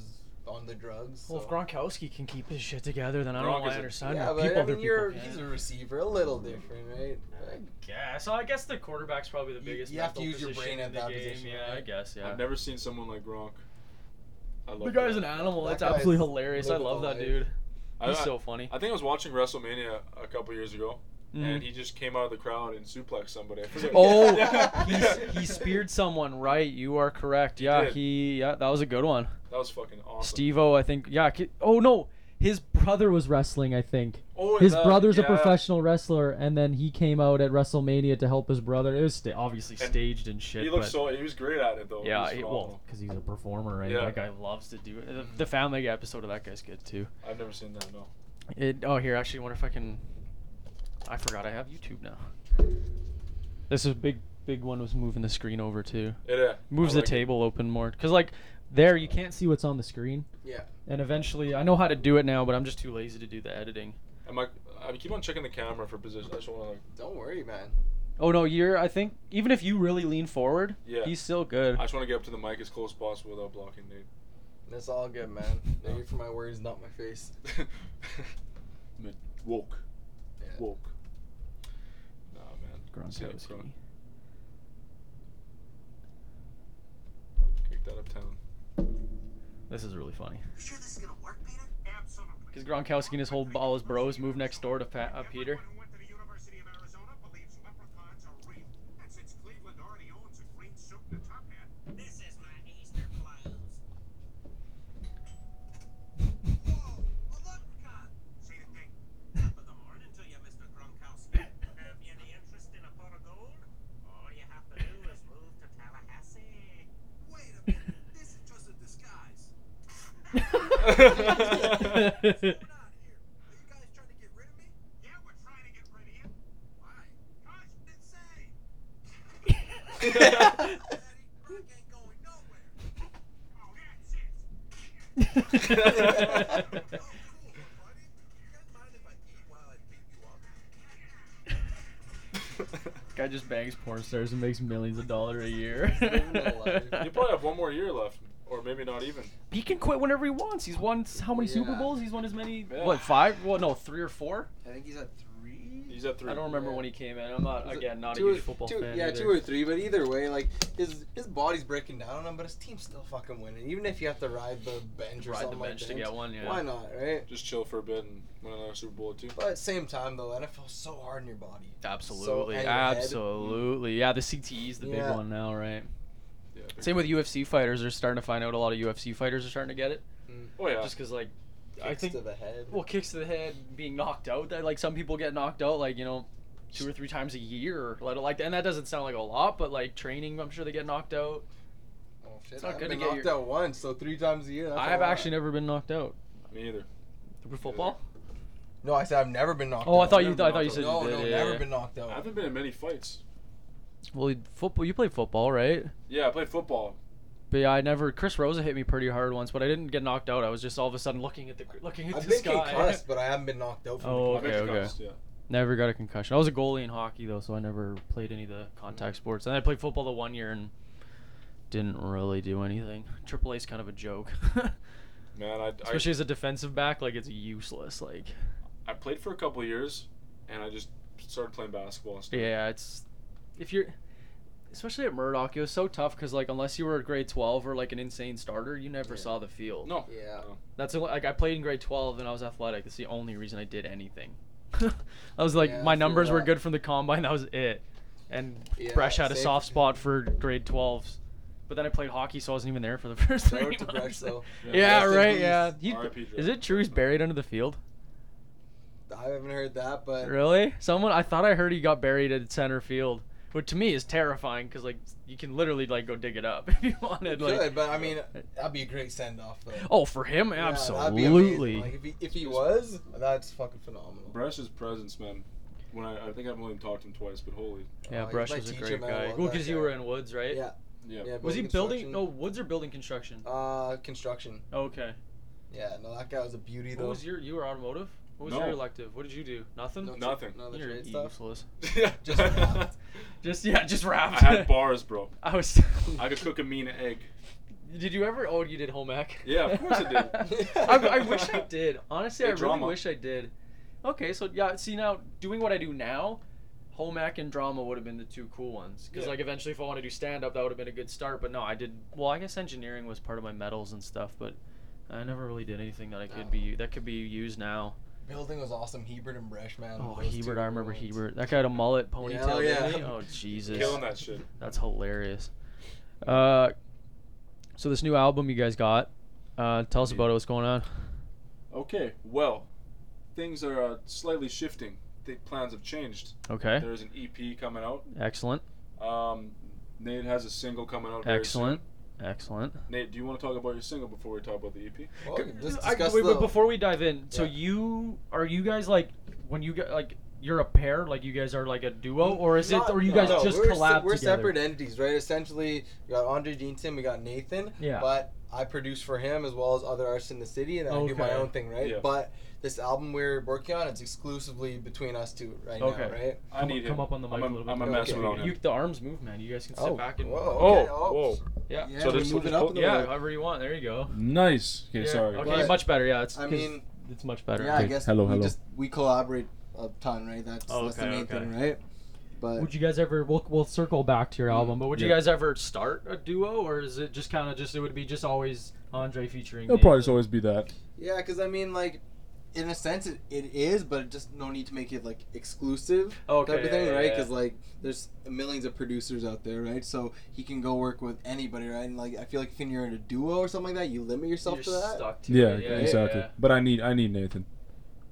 C: on the drugs.
A: Well, if
C: so-
A: Gronkowski can keep his shit together, then I
F: Gronk
A: don't know why
F: is
A: I
F: a-
A: understand
C: yeah,
A: that
C: but
A: people.
C: I
A: they're
C: mean, you're
A: people.
C: he's a receiver, a little different, right? Like,
A: yeah, so I guess the quarterback's probably the
C: You-
A: biggest.
C: you have to
A: mental
C: use your
A: position
C: brain
A: in
C: at
A: the
C: that
A: game.
C: position,
A: Yeah,
C: right?
A: I guess. Yeah.
F: I've never seen someone like Gronk. I love
A: The guy's
F: that.
A: an animal.
C: That
A: That's
C: guy's
A: absolutely hilarious. I
C: living
A: love
C: the
A: that
C: life.
A: dude.
F: I,
A: He's
F: I,
A: so funny.
F: I think I was watching WrestleMania a couple years ago, and
B: Mm.
A: Mhm.
F: he just came out of the crowd and suplexed somebody. I forget- [LAUGHS]
A: Oh,
C: Yeah.
A: he, s- he speared someone, right? You are correct.
F: He
A: Yeah,
F: did.
A: he. Yeah, that was a good one.
F: that was fucking awesome.
A: Steve-O, I think. Yeah. ki- Oh no, his brother was wrestling. I think.
F: Oh, and
D: His
F: that-
D: brother's a
F: yeah.
D: professional wrestler, and then he came out at WrestleMania to help his brother. It was sta-
A: obviously
F: And
A: staged and shit.
F: He
A: but
F: looked so. He was great at it though. He
A: yeah,
F: was
A: he, well,
F: phenomenal.
D: because he's a performer, right?
F: Yeah.
A: that guy loves to do it. The, the Family Guy episode of that guy's good too.
F: I've never seen that. No.
A: It, oh, here, actually, wonder if I can. I forgot I have YouTube now. This is big. Big one was moving the screen over too.
F: It uh,
A: Moves
F: I
A: the
F: like it.
A: table open more, cause like there you can't see what's on the screen.
C: yeah.
A: And eventually, I know how to do it now, but I'm just too lazy to do the editing.
F: Am I? I keep on checking the camera for position. I just want to like.
C: Don't worry, man.
A: Oh no, you're. I think even if you really lean forward,
F: Yeah.
A: he's still good.
F: I just want to get up to the mic as close as possible without blocking
C: That's all good, man. Thank you for my words, not my face. [LAUGHS]
F: Nate. Woke.
C: Yeah.
F: Woke. Nah, man. See that
A: Gronkowski.
F: Gronk. Kick that [LAUGHS] uptown.
A: This is really funny. [LAUGHS]
G: You sure this is gonna work, Peter? Absolutely.
A: Because Gronkowski and his whole all his bros moved next door to Pat, uh, Peter.
G: Everyone who went to the University of Arizona believes leprechauns are real. And since Cleveland already owns a green suit and a top hat, this is my Easter clothes. Whoa, a leprechaun! See, Yeah, we're trying to get rid of you. Why? Cause you didn't say. Daddy, Brock ain't going nowhere. Oh, that's it. Oh, cool, buddy. You guys mind if I eat while I beat you up?
D: Guy just bangs porn stars and makes millions of dollars a year.
C: living a
A: [LAUGHS]
C: life.
F: you probably have one more year left, or maybe not even.
A: he can quit whenever he wants. He's won s- how many Super
C: Yeah.
A: Bowls? He's won as many.
F: Yeah.
A: What five? Well, no, three or four.
C: I think he's at three.
F: He's at three.
A: I don't remember
C: Yeah.
A: when he came in. I'm not
C: Is it
A: again not a
C: two or-
A: huge football
C: two-
A: fan.
C: Yeah,
A: either.
C: two or three, but either way, like his his body's breaking down on him, but his team's still fucking winning. Even if you have to ride the bench or
A: ride the
C: something
A: bench
C: like
A: to get one. Yeah.
C: why not, right?
F: Just chill for a bit and win another Super Bowl or two.
C: But at the same time, though, NFL's so hard on your body.
A: Absolutely,
C: and your head.
A: absolutely. Yeah, the CTE is the
C: Yeah.
A: big one now, right?
F: Yeah, big-
A: Same with UFC fighters. They're starting to find out a lot of UFC fighters are starting to get it,
F: Oh yeah.
A: just because like I
C: Kicks
A: think
C: to the head.
A: well, kicks to the head, being knocked out. That like some people get knocked out like you know, two or three times a year. Like, like and that doesn't sound like a lot, but like training, I'm sure they get knocked out.
C: Oh, shit,
A: it's not
C: I've
A: good to
C: been
A: get
C: knocked
A: your-
C: out once, so three times a year. that's
A: I have
C: a lot.
A: actually never been knocked out
F: Me either.
A: through football.
C: No, I said I've never been knocked out.
A: Oh, I thought
F: I've
A: you
F: never
A: I thought you
F: been
A: said
C: no,
A: you did.
C: no,
A: yeah,
C: never
A: yeah.
C: been knocked
F: I
C: out.
F: haven't been in many fights.
A: Well, football. You played football, right?
F: Yeah, I played football.
A: But yeah, I never. Chris Rosa hit me pretty hard once, but I didn't get knocked out. I was just all of a sudden looking at the looking at
C: I've
A: the
C: been
A: sky. [LAUGHS]
C: concussed, but I haven't been knocked out. From
A: Oh,
C: oh,
F: I've been
A: okay,
F: to
A: okay.
F: Cubs, Yeah.
A: Never got a concussion. I was a goalie in hockey though, so I never played any of the contact sports. And I played football the one year and didn't really do anything. Triple A's kind of a joke, [LAUGHS]
F: Man, I, I
A: especially as a defensive back. Like it's useless. Like
F: I played for a couple years, and I just started playing basketball. And stuff.
A: yeah, it's if you're. Especially at Murdoch, it was so tough because like unless you were a grade twelve or like an insane starter, you never
C: Yeah.
A: saw the field.
F: No.
C: Yeah.
A: That's the- like I played in grade 12 and I was athletic. That's the only reason I did anything. [LAUGHS] I was like
C: Yeah,
A: my
C: I feel
A: numbers were
C: that.
A: good from the combine. That was it. And
C: Yeah,
A: Bresh had a
C: same.
A: soft spot for grade 12s. But then I played hockey, so I wasn't even there for the [LAUGHS] first
C: Shout
A: three
C: out to
A: months.
C: Bresh, though.
A: Yeah,
C: Rest in
A: right.
C: peace.
A: Yeah. He-
F: R.I.P. Drew.
A: is it true he's buried under the field?
C: I haven't heard that, but
A: Really? Someone I thought I heard he got buried at center field, which to me is terrifying because like you can literally like go dig it up [LAUGHS] if you wanted. Like,
C: good. But I mean, that'd be a great send off, though.
A: oh, for him,
C: Yeah, that'd be
A: absolutely.
C: amazing. Like, if, he, if he was, that's fucking phenomenal.
F: Bresh's presence, man. When I, I think I've only talked to him twice, but holy,
A: yeah,
C: Oh, he's
A: Brush
C: my
A: was a
C: teacher,
A: great
C: man. I
A: guy.
C: love
A: Well,
C: that
A: because you
C: guy.
A: were in Woods, right?
C: Yeah.
F: yeah.
C: Yeah,
A: Was he building? oh. No,
C: construction.
A: Woods or building construction?
C: Uh, construction.
A: Okay.
C: Yeah, no, that guy was a beauty
A: What
C: though.
A: was your? You were automotive. What was
F: No.
A: your elective? What did you do? Nothing.
C: No,
F: Nothing.
C: No, the
A: You're
C: trade stuff.
A: useless.
F: Yeah. [LAUGHS]
C: Just wrapped.
A: Just yeah, just
F: I
A: wrapped.
F: had bars, bro.
A: [LAUGHS] I was.
F: [LAUGHS] I could cook a mean egg.
A: did you ever? Oh, you did home ec.
F: Yeah, of course I
C: did.
A: [LAUGHS] I, I wish I did. Honestly, I
F: Yeah,
A: really
F: drama.
A: wish I did. Okay, so yeah, see now doing what I do now, home ec and drama would have been the two cool ones. Because
F: Yeah.
A: like eventually, if I want to do stand up, that would have been a good start. But no, I did. Well, I guess engineering was part of my medals and stuff, but I never really did anything that I could be that could be used now.
C: Building was awesome. Hebert and Bresh, man.
A: Oh,
C: those two
A: Hebert,
C: were
A: I remember
C: ones.
A: Hebert. That guy had a mullet ponytail.
C: oh,
A: didn't
C: yeah.
A: he? Oh Jesus,
F: Killing that shit.
A: that's hilarious. Uh, so this new album you guys got, uh, tell us about it. What's going on?
F: Okay, well, things are uh, slightly shifting. The plans have changed.
A: Okay,
F: There's an EP coming out.
A: excellent,
F: Um, Nate has a single coming out. very soon.
A: excellent, excellent.
F: Nate, do you want to talk about your single before we talk about the E EP?
C: Oh, just
A: I-
C: discuss
A: wait,
C: the,
A: but before we dive in, so
C: Yeah.
A: you are you guys like when you get like you're a pair, like you guys are like a duo, or is
C: Not-
A: it, or you guys
C: no,
A: just
C: we're se-
A: collab
C: We're
A: together?
C: separate entities, right? Essentially, we got Andre Deanson, we got Nathan.
A: Yeah.
C: But I produce for him as well as other artists in the city, and I do my
A: Okay.
C: own thing, right?
F: Yeah.
C: But this album we're working on, it's exclusively between us two right
A: Okay.
C: now, right?
F: I
A: Come-
F: need
A: come
F: him.
A: up on the mic
F: I'm
A: a little bit.
F: I'm a
C: Okay.
F: master on
A: You,
F: him.
A: you- the arms move, man. You guys can sit back and
C: whoa,
F: oh,
C: okay, oh.
F: whoa.
A: yeah,
C: Yeah,
F: So
C: we
F: this
C: move
F: was
C: it up a
F: both-
C: little
A: yeah,
C: bit.
A: however you want. There you go.
B: Nice. Okay,
A: Yeah,
B: sorry.
A: Okay,
C: But-
A: much better. Yeah, it's.
C: I
A: 'cause
C: mean,
A: it's much better.
C: Yeah, I
B: Okay.
C: guess
B: Hello,
C: we
B: hello.
C: just we collaborate a ton, right? That's,
A: Oh,
C: that's the
A: okay,
C: main
A: okay.
C: thing, right? But
D: Would you guys ever? We'll, we'll circle back to your album, but
A: Would you
B: Yeah.
A: guys ever start a duo, or is it just kind of just it would be just always Andre featuring?
B: It'll
A: Nate?
B: probably just always be that.
C: yeah, because I mean, like, in a sense, it, it is, but just no need to make it like exclusive
A: Oh, Okay,
C: type of thing,
A: yeah,
C: right?
A: yeah,
C: Because like, there's millions of producers out there, right? So he can go work with anybody, right? And like, I feel like if you're in a duo or something like that, you limit yourself
A: You're
C: to that.
A: stuck to
B: Yeah,
A: it, yeah,
B: exactly.
A: yeah.
B: But I need I need Nathan.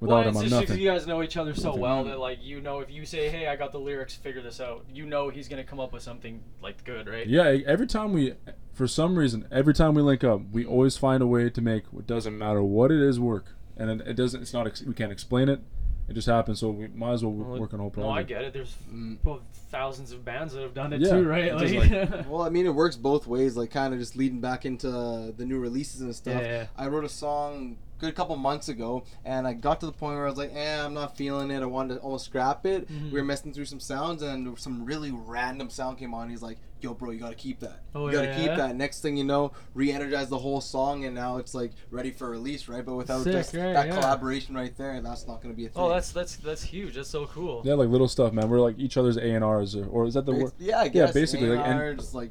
A: Well,
B: Without him,
A: it's
B: I'm
A: just because
B: nothing.
A: you
F: E
A: guys know each other so
B: Nothing.
A: well that like you know if you say, "Hey, I got the lyrics, figure this out," you know he's gonna come up with something like good, right?
B: Yeah, e- every time we For some reason, every time we link up, we always find a way to make it doesn't matter what it is work, and it, it doesn't. It's not. Ex- we can't explain it. It just happens. So we might as well w-
A: Well,
B: work on a whole
A: No, I
B: project.
A: get it. There's
C: Mm.
A: well, thousands of bands that have done it
B: Yeah,
A: too, right?
B: it just
A: Like, [LAUGHS]
C: [LAUGHS] Well, I mean, it works both ways. Like, kind of just leading back into uh, the new releases and stuff.
A: Yeah.
C: I wrote a song a good couple months ago, and I got to the point where I was like, "Eh, I'm not feeling it. I wanted to almost scrap it."
A: Mhm.
C: We were messing through some sounds, and some really random sound came on. He's like, "Yo, bro, you gotta keep that.
A: Oh,
C: you gotta
A: yeah?
C: keep that." Next thing you know, re-energize the whole song, and now it's like ready for release, right? But without
A: Sick,
C: just
A: right,
C: that
A: yeah.
C: collaboration right there, that's not gonna be a thing.
A: oh, that's that's that's huge. That's so cool.
B: Yeah, like little stuff, man. We're like each other's A and R's, or, or is that the
C: Bas-
B: word?
C: yeah, I guess.
B: basically, like, and-
C: A&R, just like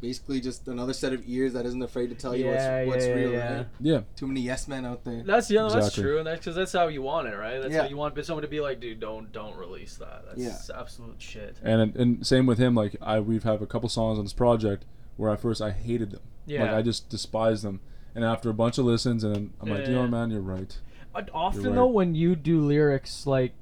C: basically just another set of ears that isn't afraid to tell you
A: Yeah,
C: what's, what's
A: yeah,
C: real,
A: yeah.
C: right?
B: Yeah,
C: Too many yes men out there.
A: That's yeah, that's
B: Exactly.
A: true, and that's because that's how you want it, right? That's how
C: Yeah.
A: you want someone to be like, dude, don't don't release that. That's absolute shit.
B: and and same with him. Like I, we've have a couple songs on this project where at first I hated them.
A: Yeah.
B: Like I just despised them, and after a bunch of listens, and I'm like, you know,
A: Yeah.
B: what, man, you're right.
A: But often
B: right.
A: though, when you do lyrics, like,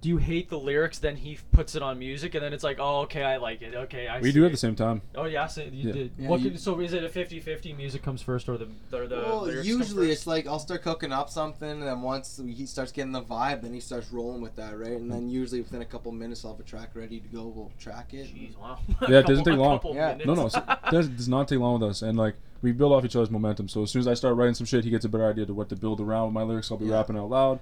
A: do you hate the lyrics? Then he f- puts it on music, and then it's like, oh, okay, I like it. Okay, I.
B: We
A: see
B: do at
A: it.
B: the same time.
A: Oh yeah, so you
B: Yeah.
A: did.
C: Yeah,
A: what
C: you-
A: could, so is it a 50-50 Music comes first, or the or the
C: well,
A: lyrics come
C: usually
A: first?
C: it's like I'll start cooking up something, and then once we- he starts getting the vibe, then he starts rolling with that, right? And then usually within a couple minutes, I'll have a track ready to go. We'll track it.
A: Jeez, wow. [LAUGHS]
B: Yeah, it doesn't
A: Couple-
B: take long.
A: couple
C: Yeah.
B: No, no,
A: minutes.
B: so, does does not take long with us, and like we build off each other's momentum. So as soon as I start writing some shit, he gets a better idea to what to build around with my lyrics. I'll be
C: Yeah.
B: rapping out loud,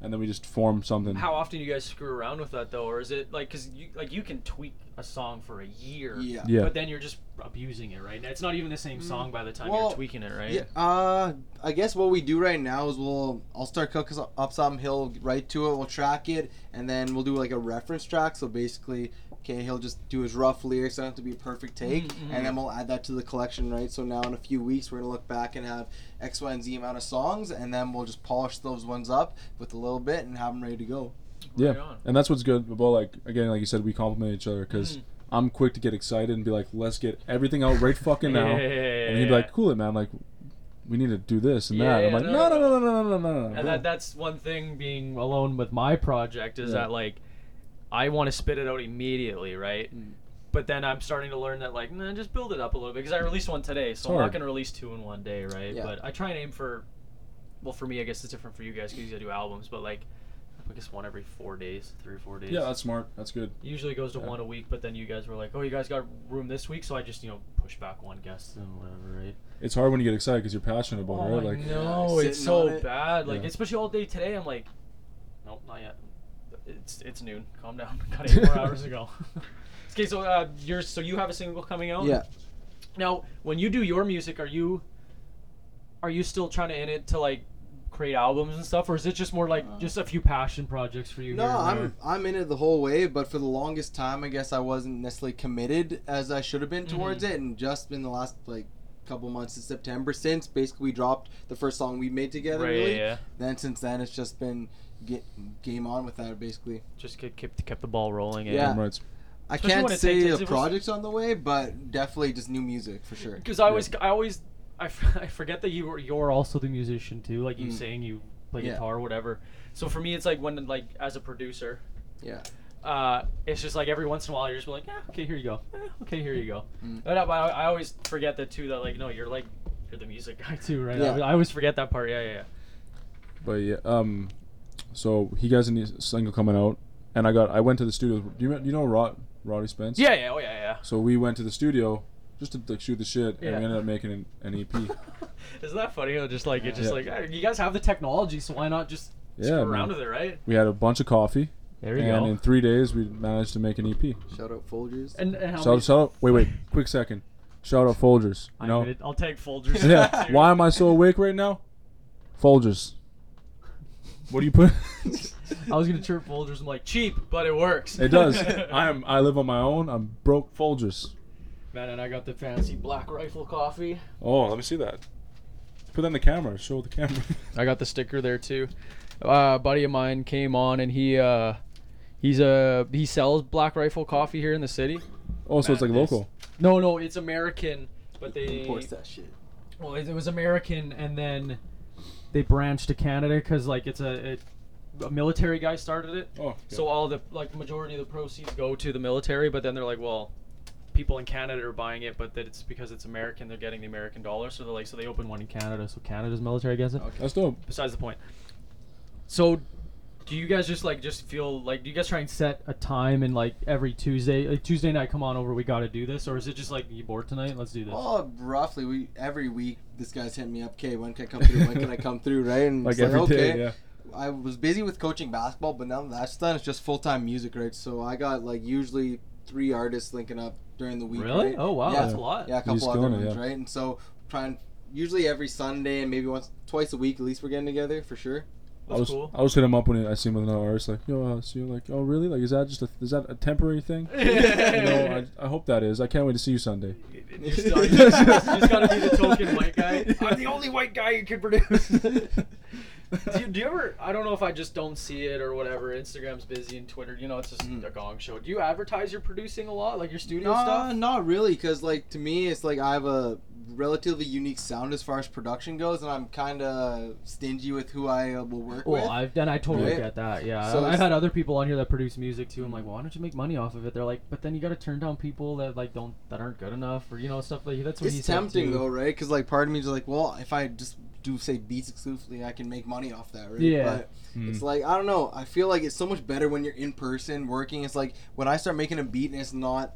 B: and then we just form something.
A: [LAUGHS] How often do you guys screw around with that though, or is it like because you like you can tweak a song for a year,
C: Yeah.
B: Yeah.
A: but then you're just abusing it, right? And It's not even the same song by the time
C: Mm. Well,
A: you're tweaking it, right?
C: Yeah, uh, I guess what we do right now is we'll I'll start cooking so- up something. He'll write to it. We'll track it, and then we'll do like a reference track. So basically, okay, he'll just do his rough lyrics. Don't have to be a perfect take, and then we'll add that to the collection, right? So now in a few weeks, we're gonna look back and have X, Y, and Z amount of songs, and then we'll just polish those ones up with a little bit and have them ready to go.
B: yeah,
A: Right on.
B: and that's what's good about like again, like you said, we compliment each other because
A: Mm.
B: I'm quick to get excited and be like, let's get everything out right fucking now,
A: [LAUGHS] Yeah, yeah, yeah,
B: and he'd be
A: yeah.
B: like, cool it, man, like we need to do this and that.
A: Yeah,
B: I'm like,
A: no,
B: no, no, no, no, no, no, no, no.
A: And that, that's one thing being alone with my project is
B: Yeah.
A: that like I want to spit it out immediately, right?
C: Mm.
A: But then I'm starting to learn that like nah, just build it up a little bit because I released one today, so I'm not
B: hard.
A: gonna release two in one day, right?
C: Yeah.
A: But I try and aim for, well, for me I guess it's different for you guys because you do albums, but like I guess one every four days, three or four days.
B: yeah, that's smart. That's good.
A: usually goes to
B: Yeah.
A: one a week, but then you guys were like, oh, you guys got room this week, so I just you know push back one guest and whatever, right?
B: It's hard when you get excited because you're passionate about it,
A: Oh,
B: right?
A: I
B: Like,
A: know it's
C: Sitting on
A: so
C: it.
A: bad. Like
B: Yeah.
A: especially all day today, I'm like, nope, not yet. It's it's noon. Calm down. [LAUGHS] Got eight more
C: [LAUGHS]
A: hours ago. [LAUGHS] okay, so uh, you're so you have a single coming out.
C: Yeah.
A: Now, when you do your music, are you are you still trying to in it to like create albums and stuff, or is it just more like just a few passion projects for you?
C: Uh-huh. No,
A: here and
C: I'm
A: there?
C: I'm in it the whole way, but for the longest time, I guess I wasn't necessarily committed as I should have
A: Mm-hmm.
C: been towards it, and just in the last like couple months in September since basically we dropped the first song we made together.
A: Right,
C: really.
A: yeah, yeah.
C: Then since then, it's just been get game on with that basically.
A: just ke- kept kept the ball rolling. eh?
C: Yeah.
B: damn right.
C: I
A: Especially
C: can't
A: when it
C: say
A: takes- it
C: a
A: was-
C: project's on the way, but definitely just new music
A: [LAUGHS]
C: for sure.
A: Because I always, I always, I, f- [LAUGHS] I forget that you were, you're also the musician too. Like you
C: Mm.
A: sing, you play
C: Yeah.
A: guitar, whatever. So for me, it's like when, like as a producer,
C: Yeah.
A: uh, it's just like every once in a while you're just like, yeah, okay, here you go, Eh, okay, here you go.
C: Mm.
A: But I, I, I always forget that too. That like, no, you're like, you're the music guy too, right?
C: Yeah.
A: I, I always forget that part. Yeah, yeah, yeah.
B: But yeah, um, so he has a new single coming out, and I got I went to the studio. Do you, do you know Rod, Roddy Spence?
A: Yeah, yeah, oh yeah,
B: So we went to the studio just to like shoot the shit,
A: Yeah.
B: and we ended up making an, an E EP.
A: yeah. [LAUGHS] Isn't that funny? how Just like it, just
B: Yeah.
A: like eh, you guys have the technology, so why not just
B: Yeah,
A: screw
B: man.
A: around with it, right?
B: we had a bunch of coffee,
A: There
B: and in three days we managed to make an EP.
C: Shout out Folgers. [LAUGHS]
A: And, [LAUGHS] and how
B: Shout
A: many-
B: out, shout out! Wait, wait, quick second. Shout out Folgers. You
A: I'm
B: know?
A: gonna- I'll take Folgers.
B: [LAUGHS] Yeah.
A: [LAUGHS] too.
B: Why am I so awake right now? Folgers. What do you put? [LAUGHS]
A: I was gonna chirp Folgers. I'm like cheap, but it works.
B: it
A: [LAUGHS]
B: does. I am. I live on my own. I'm broke. Folgers.
A: Man, and I got the fancy Black Rifle coffee.
B: Oh, let me see that. Put on the camera. Show the camera. [LAUGHS]
A: I got the sticker there too. Uh, a buddy of mine came on, and he uh, he's a he sells Black Rifle coffee here in the city.
B: Oh, so it's like
A: Madness.
B: local.
A: No, no, it's American, but they
C: Force that shit.
A: well, it, it was American, and then they branched to Canada because like it's a it, a military guy started it.
B: Oh,
A: So all the like majority of the proceeds go to the military, but then they're like, well, people in Canada are buying it, but that it's because it's American, they're getting the American dollar. So they're like, so they opened one in Canada, so Canada's military gets it.
B: That's dope.
A: Besides the point. So, do you guys just like just feel like do you guys try and set a time and like every Tuesday, like Tuesday night, come on over, we got to do this, or is it just like you bored tonight, let's do this?
C: Oh, roughly we every week this guy's hitting me up. Okay, when can I come through? When can I come through? Right? [LAUGHS] And
B: Like
C: Mm, it's
B: every day, yeah.
C: I was busy with coaching basketball, but now that's done, it's just full time music, right? So I got like usually three artists linking up during the week.
A: Really?
C: right?
A: Oh wow,
C: Yeah.
A: that's a lot.
C: Yeah, a
B: He's
C: couple other
B: killing it,
C: ones,
B: yeah.
C: right? And so trying usually every Sunday and maybe once twice a week at least we're getting together for sure.
B: I
A: That's
B: was
A: cool.
B: I was hitting him up when I seen him with another artist like yo uh, so you're like oh really like is that just a, is that a temporary thing you know I, I hope that is I can't wait to see you Sunday
A: You're still- you just, you just gotta be the token white
C: [LAUGHS]
A: guy. [LAUGHS] I'm the only white guy you can produce. do, you, do you ever? I don't know if I just don't see it or whatever. Instagram's busy and Twitter, you know, it's just
C: Mhm.
A: a gong show. Do you advertise your producing a lot, like your studio
C: No,
A: stuff?
C: not really, because like to me, it's like I have a relatively unique sound as far as production goes, and I'm kind of stingy with who I uh, will work with.
D: Well, I've and I totally
C: Right.
D: get that. Yeah,
C: So
D: I've
C: it's- Mm.
D: had other people on here that produce music too. I'm like, well, why don't you make money off of it? They're like, but then you got to turn down people that like don't that aren't good enough or you know stuff like that's what he
C: it's
D: said,
C: tempting
D: too.
C: though, right? Because like part of me is like, well, if I just do say beats exclusively, I can make money off that, right?
D: Yeah.
C: But
A: Mm-hmm.
B: Hmm.
C: it's like I don't know. I feel like it's so much better when you're in person working. It's like when I start making a beat and it's not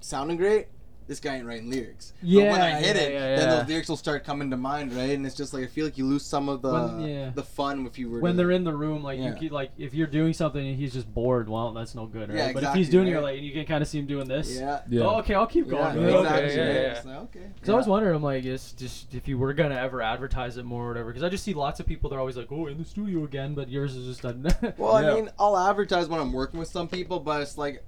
C: sounding great. This guy ain't writing lyrics. but when
D: Yeah,
C: I hit
D: yeah,
C: it,
D: yeah,
C: then
D: yeah.
C: the lyrics will start coming to mind, right? And it's just like I feel like you lose some of the
D: When- yeah.
C: the fun if you were
D: When
C: to-
D: they're in the room, like
C: Yeah.
D: you keep, like if you're doing something and he's just bored, well, that's no good, right?
C: Yeah,
D: but if he's
C: exactly,
D: doing it, you're
C: right?
D: like, and you can kind of see him doing this. [LAUGHS]
C: Yeah.
B: yeah
D: Oh, okay, I'll keep going. with
C: Yeah,
D: it.
C: exactly.
A: Okay, yeah,
C: right?
A: yeah,
C: It's like, okay.
D: Because I was wondering, I'm like, it's just if you were gonna ever advertise it more or whatever. Because I just see lots of people they're always like, oh, in the studio again, but yours is just [LAUGHS] a.
C: Well,
B: Yeah.
C: I mean, I'll advertise when I'm working with some people, but it's like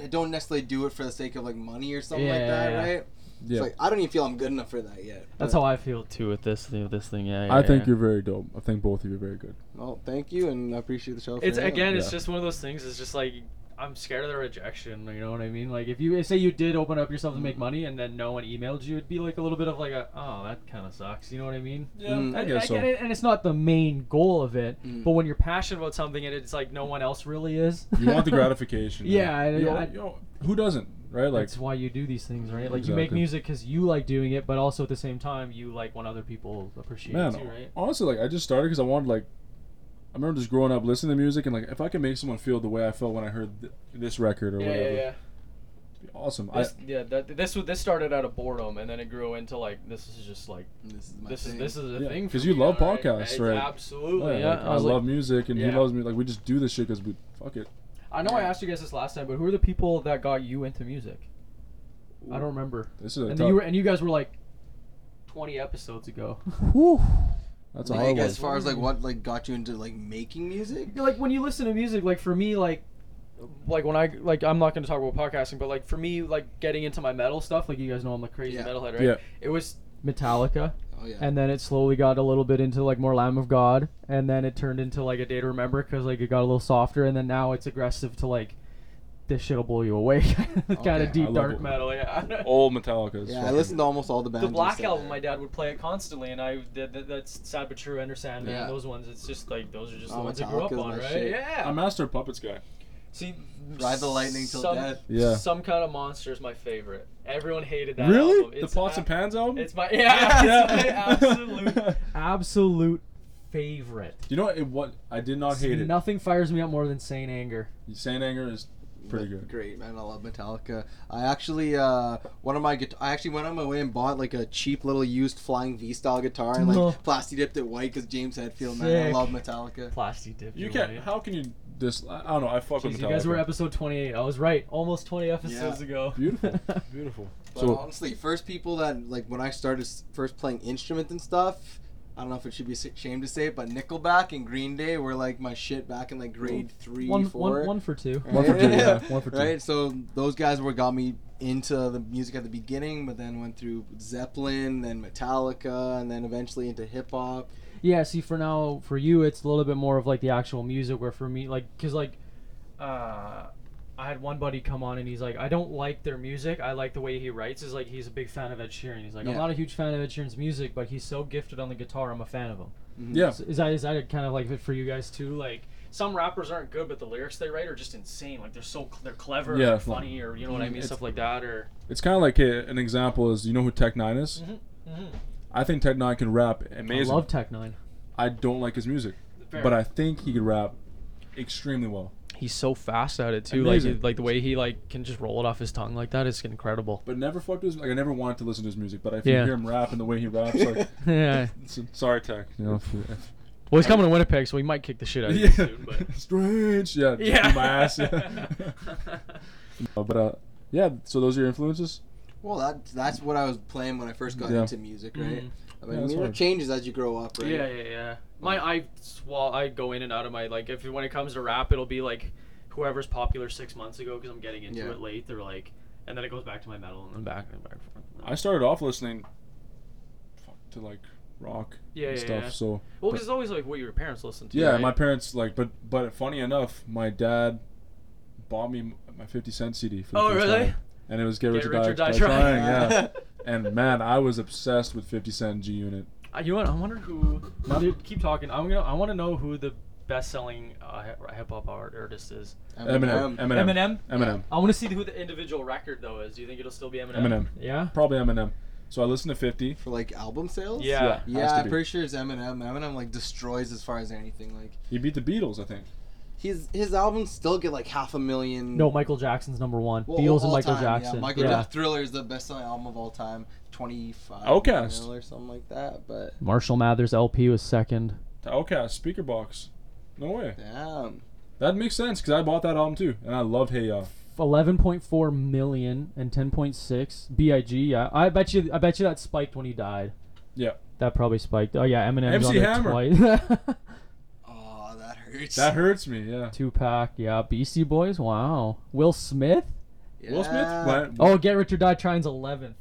C: I don't necessarily do it for the sake of like money or something like that,
D: Yeah.
C: right?
B: yeah
C: It's like I don't even feel I'm good enough for that yet.
D: That's how I feel too with this thing- this thing. Yeah,
B: I think you're very dope I think both of you are very good
C: Well, thank you, and I appreciate the show. For
A: It's
C: it.
A: again, it's
B: Yeah.
A: just one of those things. It's just like I'm scared of the rejection. You know what I mean? Like if you say you did open up yourself to make money and then no one emailed you, it'd be like a little bit of like a oh that kind of sucks. You know what I mean?
B: yeah
C: Mm.
B: I
D: And-
B: guess
D: and I
B: so
D: get it, and it's not the main goal of it.
C: Mm.
D: But when you're passionate about something and it's like no one else really is,
B: you want
A: [LAUGHS]
B: the
D: [LAUGHS]
B: gratification
D: Yeah, I-
B: You know,
D: I-
B: you know, who doesn't right like
D: that's why you do these things, right? Like you make
B: Exactly.
D: music because you like doing it, but also at the same time you like want other people to appreciate
B: man
D: it too, right?
B: honestly like i just started because i wanted like i remember just growing up listening to music and like if i could make someone feel the way i felt when i heard th- this record or whatever it'd be awesome I,
A: This, yeah, that, this was- this started out of boredom, and then it grew into like this is just like
C: This is my
A: this
C: thing.
A: is this is a
B: Yeah,
A: thing
B: 'cause
A: for
B: you
A: me,
B: love
A: all right?
B: podcasts,
A: It's
B: right?
A: Absolutely, yeah.
B: yeah, like, I,
A: I, was like,
B: love music and he
A: yeah.
B: loves me like we just do this shit because we fuck it
A: I know I asked you guys this last time, but who are the people that got you into music?
D: I don't remember.
B: this is a
D: And
B: tough,
D: you were and you guys were like,
A: Twenty episodes ago. [LAUGHS]
B: that's a
C: Like, I
B: hard
C: guess
B: one
C: as far as like what like got you into like making music.
A: like when you listen to music like for me like like when i like i'm not going to talk about podcasting but like for me like getting into my metal stuff like you guys know i'm a crazy
C: Yeah.
A: metalhead right
B: Yeah.
A: it was
D: Metallica,
C: Oh yeah.
D: and then it slowly got a little bit into like more Lamb of God, and then it turned into like a Day to Remember because like it got a little softer, and then now it's aggressive to like this shit'll blow you
A: [LAUGHS]
D: away, kind
C: Okay,
D: of
C: I
D: deep
B: love
D: dark
B: it.
D: metal.
A: metal
C: [LAUGHS]
A: yeah
B: old metallica is
C: yeah, I
B: fucking-
C: listened to almost all the bands.
A: the
C: you
A: black
C: said.
A: album my dad would play it constantly and i that, that- that's sad but true enter sandman
C: Yeah.
A: those ones it's just like those are just
C: Oh,
A: the ones i grew up
C: Metallica's
A: on
C: my
A: right
C: shit.
A: yeah
B: i'm a master of puppets guy
A: see
C: Ride the Lightning Till
A: some,
C: Death.
B: Yeah.
A: some kind of monster is my favorite everyone hated that
B: really
A: album.
B: the
A: It's
B: pots
A: a-
B: and pans album
A: it's
D: [LAUGHS]
A: my
B: [LAUGHS]
A: yeah, it's my absolute
D: Absolute favorite.
B: you know what, it, what i did not hate it
D: Nothing fires me up more than Saint Anger.
B: saint anger is pretty
C: But
B: good
C: Great man, I love Metallica. I actually uh one of my guit- I actually went on my way and bought like a cheap little used Flying V style guitar and like
D: No.
C: plasti dipped it white because James Hetfield. Man, I
D: Sick.
C: love Metallica.
D: Plasti dip.
B: you can't how can you this i don't know i fuck with
D: Jeez,
B: metallica
D: you guys were episode 28. I was right. Almost 20 episodes
C: Yeah.
D: ago. [LAUGHS]
B: beautiful beautiful
C: But
B: so
C: honestly, first people that like when I started s- first playing instrument and stuff, I don't know if it should be s- ashamed to say it, but Nickelback and Green Day were like my shit back in like grade three,
D: One,
C: four.
D: one,
C: [LAUGHS]
D: one for two.
B: One for two, yeah. One for two.
C: Right, so those guys were got me into the music at the beginning, but then went through Zeppelin, then Metallica, and then eventually into hip hop.
D: Yeah, see, for now, for you, it's a little bit more of like the actual music. Where for me, like, cause like, uh, I had one buddy come on and he's like, I don't like their music. I like the way he writes. Is like he's a big fan of Ed Sheeran. He's like, I'm
C: Yeah.
D: not a huge fan of Ed Sheeran's music, but he's so gifted on the guitar. I'm a fan of him.
B: yeah
D: So is that is that kind of like it for you guys too? Like,
A: some rappers aren't good, but the lyrics they write are just insane. Like they're so cl- they're clever,
B: Yeah,
A: or
B: fu-
A: funny, or you know what I
B: Mm,
A: mean,
B: it's-
A: stuff like that. Or
B: It's kind of like hey, an example is you know who Tech Nine is. I think Tech Nine can rap amazing.
D: mm-hmm. I love Tech Nine.
B: I don't like his music,
A: Fair.
B: but I think he could rap extremely well.
A: he's so fast at it too.
B: Amazing.
A: Like like the way he like can just roll it off his tongue like that is incredible.
B: But never fucked with his. Like I never wanted to listen to his music. But if you
A: Yeah.
B: hear him rap and the way he raps, [LAUGHS] like
A: [LAUGHS] Yeah.
B: s- sorry Tech. You know, if- if-
A: Well, he's coming to Winnipeg, so we might kick the shit out
B: [LAUGHS]
A: of
B: yeah,
A: this dude. But
B: strange. Yeah, just
A: [LAUGHS] yeah,
B: beat my ass. [LAUGHS]
A: [LAUGHS]
B: Yeah. Uh, but uh, yeah. So those are your influences.
C: [LAUGHS] Well, that that's what I was playing when I first got
B: Yeah.
C: into music,
D: Mm-hmm.
C: right?
A: Mhm.
B: Yeah,
C: I mean,
B: that's
C: music
B: hard.
C: changes as you grow up, right?
A: Yeah, yeah, yeah. My I swall I go in and out of my like if when it comes to rap, it'll be like whoever's popular six months ago because I'm getting into
C: Yeah.
A: it late. They're like, and then it goes back to my metal and then back and back.
B: I started off listening fuck, to like rock
A: Yeah,
B: and
A: yeah,
B: stuff.
A: yeah.
B: So
A: Well, because it's always like what your parents listen to.
B: yeah,
A: right?
B: my parents like, but but funny enough, my dad bought me m- my fifty cent CD. For the
A: Oh,
B: first
A: really?
B: time, and it was Get, Rich
A: Get
B: or
A: Rich
B: Die,
A: or Die
B: Die
A: Trying.
B: Trying. Yeah.
A: [LAUGHS]
B: and man, I was obsessed with fifty cent G Unit.
A: Uh, you know what? I wonder who.
B: Huh?
A: Dude, keep talking. I'm gonna. I want to know who the best-selling uh, hip hop art artist is.
B: Eminem. Eminem.
A: Eminem.
B: Eminem.
A: I want to see who the individual record though is. Do you think it'll still be Eminem?
B: Eminem.
D: Yeah.
B: Probably Eminem. So I listened to fifty.
C: For like album sales.
A: Yeah.
B: has
C: Yeah,
B: to
C: I'm
B: be.
C: pretty sure it's Eminem. Eminem like destroys as far as anything. Like
B: He beat the Beatles, I think.
C: his his albums still get like half a million.
D: No, Michael Jackson's number one.
C: Well,
D: Beatles and
C: all
D: Michael
C: time,
D: Jackson.
C: Yeah, Michael
D: yeah.
C: Jackson. Thriller is the best selling album of all time. Twenty five.
B: Outcast.
C: or something like that. But
D: Marshall Mathers LP was second.
B: To Outcast, Speaker Box. No way.
C: damn.
B: That makes sense because I bought that album too, and I love Hey Ya.
D: 11.4 million and 10.6 big yeah i bet you i bet you that spiked when he died
B: Yeah.
D: that probably spiked oh yeah eminem
B: MC
D: on there
B: Hammer.
D: twice [LAUGHS]
C: Oh, that hurts. [LAUGHS]
B: That hurts me. Yeah.
D: tupac yeah beastie boys wow will smith
B: Will Smith.
C: Yeah.
B: What?
D: oh get rich or die trying's 11th